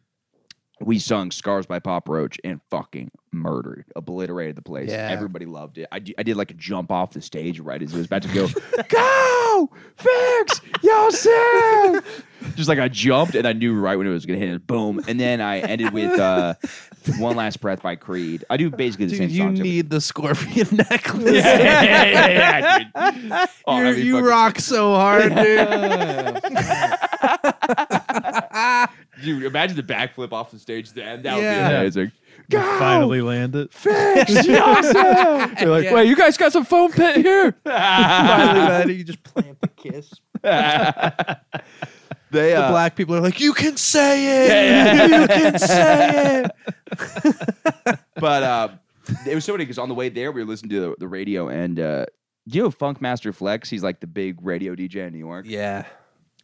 E: we sung Scars by Pop Roach and fucking murdered, obliterated the place.
F: Yeah.
E: Everybody loved it. I, d- I did like a jump off the stage right as it was about to go, go, fix yourself. Just like I jumped and I knew right when it was going to hit it, boom. And then I ended with uh, One Last Breath by Creed. I do basically the
F: Dude,
E: same
F: you
E: songs. every-
F: need the scorpion necklace.
E: yeah, yeah, yeah, yeah, dude. Oh,
F: You're-
E: that'd be
F: you
E: fucking-
F: rock so hard, dude.
E: Dude, imagine the backflip off the stage then. That
F: Yeah.
E: would be amazing.
C: Finally landed. They're like, wait, you guys got some foam pit here?
F: Finally, man, you just plant the kiss.
E: They,
F: The
E: uh,
F: black people are like, you can say it. You can say it.
E: but uh, it was so funny because on the way there we were listening to the, the radio and uh, do you know Funk Master Flex? He's like the big radio DJ in New York.
F: Yeah.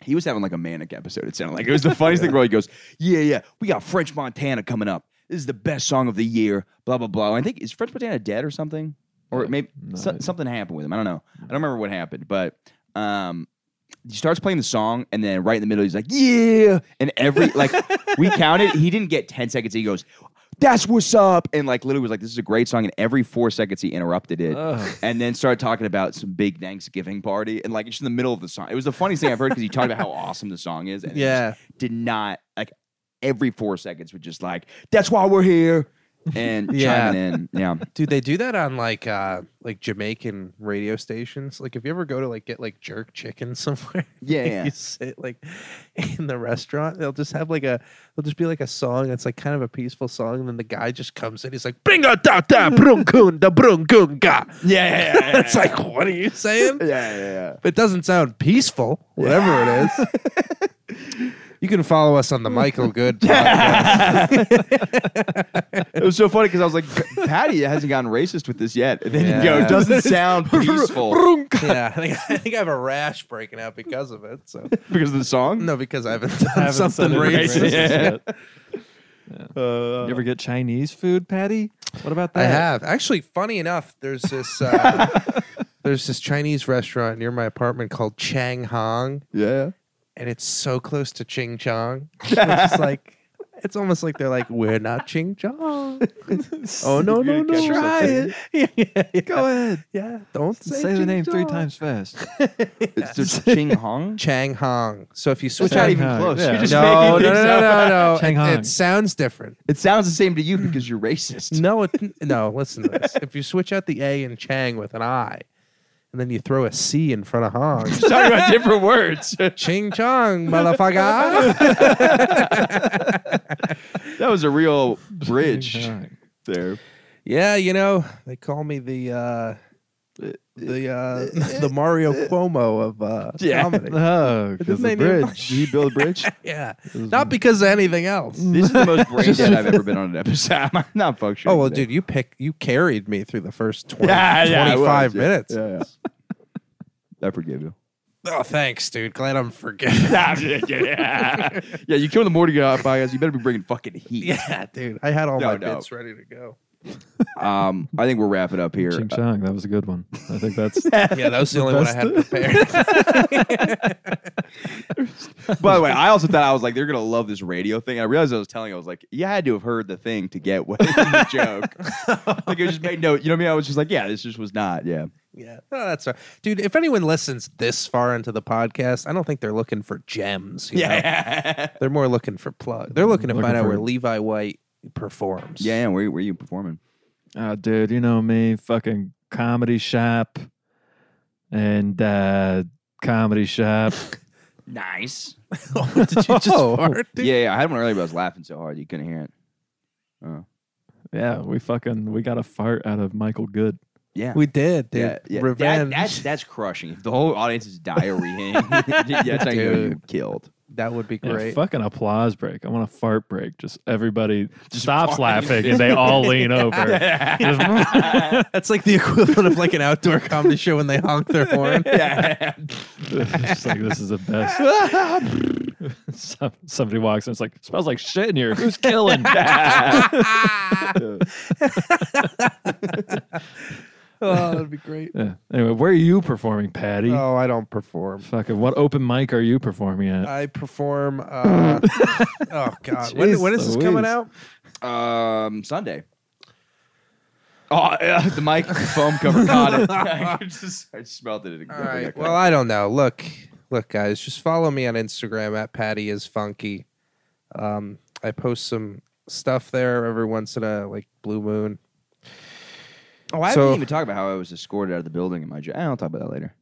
E: He was having like a manic episode. It sounded like it was the funniest thing. Where he goes, "Yeah, yeah, we got French Montana coming up. This is the best song of the year." Blah blah blah. I think is French Montana dead or something, or maybe
C: Uh, no
E: so-
C: idea.
E: something happened with him. I don't know. I don't remember what happened, but um, he starts playing the song, and then right in the middle, he's like, "Yeah!" And every like we counted, he didn't get ten seconds. He goes, "That's what's up!" And like literally was like, "This is a great song." And every four seconds, he interrupted it, and then started talking about some big Thanksgiving party, and like it's in the middle of the song. It was the funniest thing I've heard because he talked about how awesome the song is, and it
F: Yeah.
E: just did not like every four seconds would just like, "That's why we're here." And
F: Yeah.
E: chiming in, yeah,
F: Dude, they do that on like uh like Jamaican radio stations. Like if you ever go to like get like jerk chicken somewhere,
E: Yeah,
F: and
E: yeah.
F: you sit like in the restaurant, they'll just have like a they'll just be like a song that's like kind of a peaceful song, and then the guy just comes in, he's like Bringa da da brunkun da brunkunga.
E: yeah, yeah,
F: It's like, what are you saying?
E: yeah, yeah.
F: It doesn't sound peaceful, whatever it is. You can follow us on the Michael Good podcast.
E: It was so funny because I was like, Patty hasn't gotten racist with this yet. And then you go,
F: Yeah.
E: it doesn't sound peaceful
F: yeah, I think, I think I have a rash breaking out because of it. So
E: because of the song.
F: no, because I haven't done
C: Haven't said
F: something
C: anything
F: racist.
C: yet. you ever get Chinese food, Patty? What about that?
F: I have actually. Funny enough, there's this uh, there's this Chinese restaurant near my apartment called Chang Hong,
E: Yeah.
F: and it's so close to Ching Chong. It's like it's almost like they're like, we're not Ching Chong. oh no no no!
C: You're gonna catch yourself saying
F: Yeah, yeah, yeah.
C: Go ahead.
F: Yeah, don't say,
C: Say, the
F: Ching
C: name three
F: Chong.
C: times fast.
E: It's just Ching Hong.
F: Chang Hong. So if you switch
E: It's not
F: out
E: even
C: Hong,
E: close.
C: yeah.
E: You're just
F: no, no, no,
E: making things
F: no,
E: up.
F: no, no.
C: Chang
F: It,
C: Hong.
F: it sounds different.
E: It sounds the same to you because you're racist.
F: No, it, no. Listen to this. If you switch out the A in Chang with an I, and then you throw a C in front of Hong,
E: We're talking about different words. that
F: Ching Chong, motherfucker.
E: was a real bridge
C: Alright.
E: there.
F: yeah, you know they call me the uh, the uh, the Mario Cuomo of uh,
E: Yeah.
F: comedy.
C: Oh, because
F: they
C: the
F: name-
C: bridge.
E: Did he build a bridge?
F: Yeah, not because of anything else.
E: this is the most brain dead I've ever been on an episode. I'm not functioning.
F: Oh well,
E: today.
F: dude, you pick you carried me through the first 20,
E: Yeah, yeah, I was,
F: 25
E: yeah.
F: minutes.
E: Yeah, yeah. I forgive you.
F: Oh, thanks, dude. Glad I'm forgiven.
E: yeah, yeah, yeah. You kill the morning guy podcast. You better be bringing fucking heat.
F: yeah, dude, I had all
E: No,
F: my
E: no.
F: bits ready to go.
E: Um, I think we're wrapping up here.
C: Ching Chong. That was a good one. I think that's
F: Yeah, that was the only one I had prepared.
E: By the way, I also thought I was like, they're gonna love this radio thing. I realized I was telling. I was like, you had to have heard the thing to get what the joke. like it just made no. You know what I mean? I was just like, yeah, this just was not. Yeah.
F: yeah, no, that's all right. dude. If anyone listens this far into the podcast, I don't think they're looking for gems. you know?
E: Yeah.
F: They're more looking for plug. They're looking to
C: Looking
F: find out
C: for-
F: where Levi White performs.
E: Yeah. yeah. Where, where you performing?
C: Oh, dude, you know me, fucking comedy shop and uh, comedy shop.
E: Nice.
F: Did you just
C: Oh.
F: fart? dude?
E: Yeah, yeah. I had one earlier, but I was laughing so hard you couldn't hear it. Uh,
C: yeah, we fucking we got a fart out of Michael Good.
E: Yeah.
F: We did, dude.
E: yeah, yeah. That-
F: Revenge. That,
E: that's that's crushing. If the whole audience is diarrheaing, yeah, that's how you know you
F: Dude.
E: killed.
F: would be
C: Yeah,
F: great.
C: fucking applause break. I want a fart break. Just everybody stops
E: farting.
C: laughing and they all lean over. Just-
F: that's like the equivalent of like an outdoor comedy show when they honk their horn.
E: Yeah.
C: just like this is the best. Some, somebody walks in, it's like smells like shit in here. Who's killing?
F: Oh, that'd be great.
C: Yeah. Anyway, where are you performing, Patty?
F: Oh, I don't perform.
C: Fucking what open mic are you performing at?
F: I perform. Uh, oh God, when,
C: Jeez
F: when is this coming
C: Louise.
F: out?
E: Um, Sunday. Oh, yeah, the mic foam cover caught it. I just I smelled it.
F: All right. Well, I don't know. Look, look, guys, just follow me on Instagram at Patty is Funky. Um, I post some stuff there every once in a like blue moon.
E: oh, I
F: so-
E: didn't even talk about how I was escorted out of the building in my job. I'll talk about that later.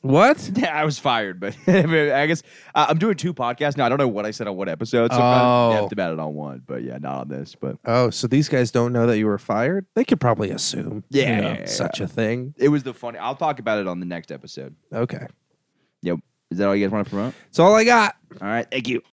F: What?
E: Yeah, I was fired, but I, mean, I guess uh, I'm doing two podcasts now. I don't know what I said on what episode, so
F: Oh.
E: I'm kind of about it on one, but yeah, not on this. But
F: Oh, so these guys don't know that you were fired? They could probably assume. you
E: Yeah,
F: know,
E: yeah, yeah,
F: such a thing.
E: it was the funny. I'll talk about it on the next episode.
F: Okay,
E: Yep. Is that all you guys want to promote?
F: that's all I got.
E: All right. Thank you.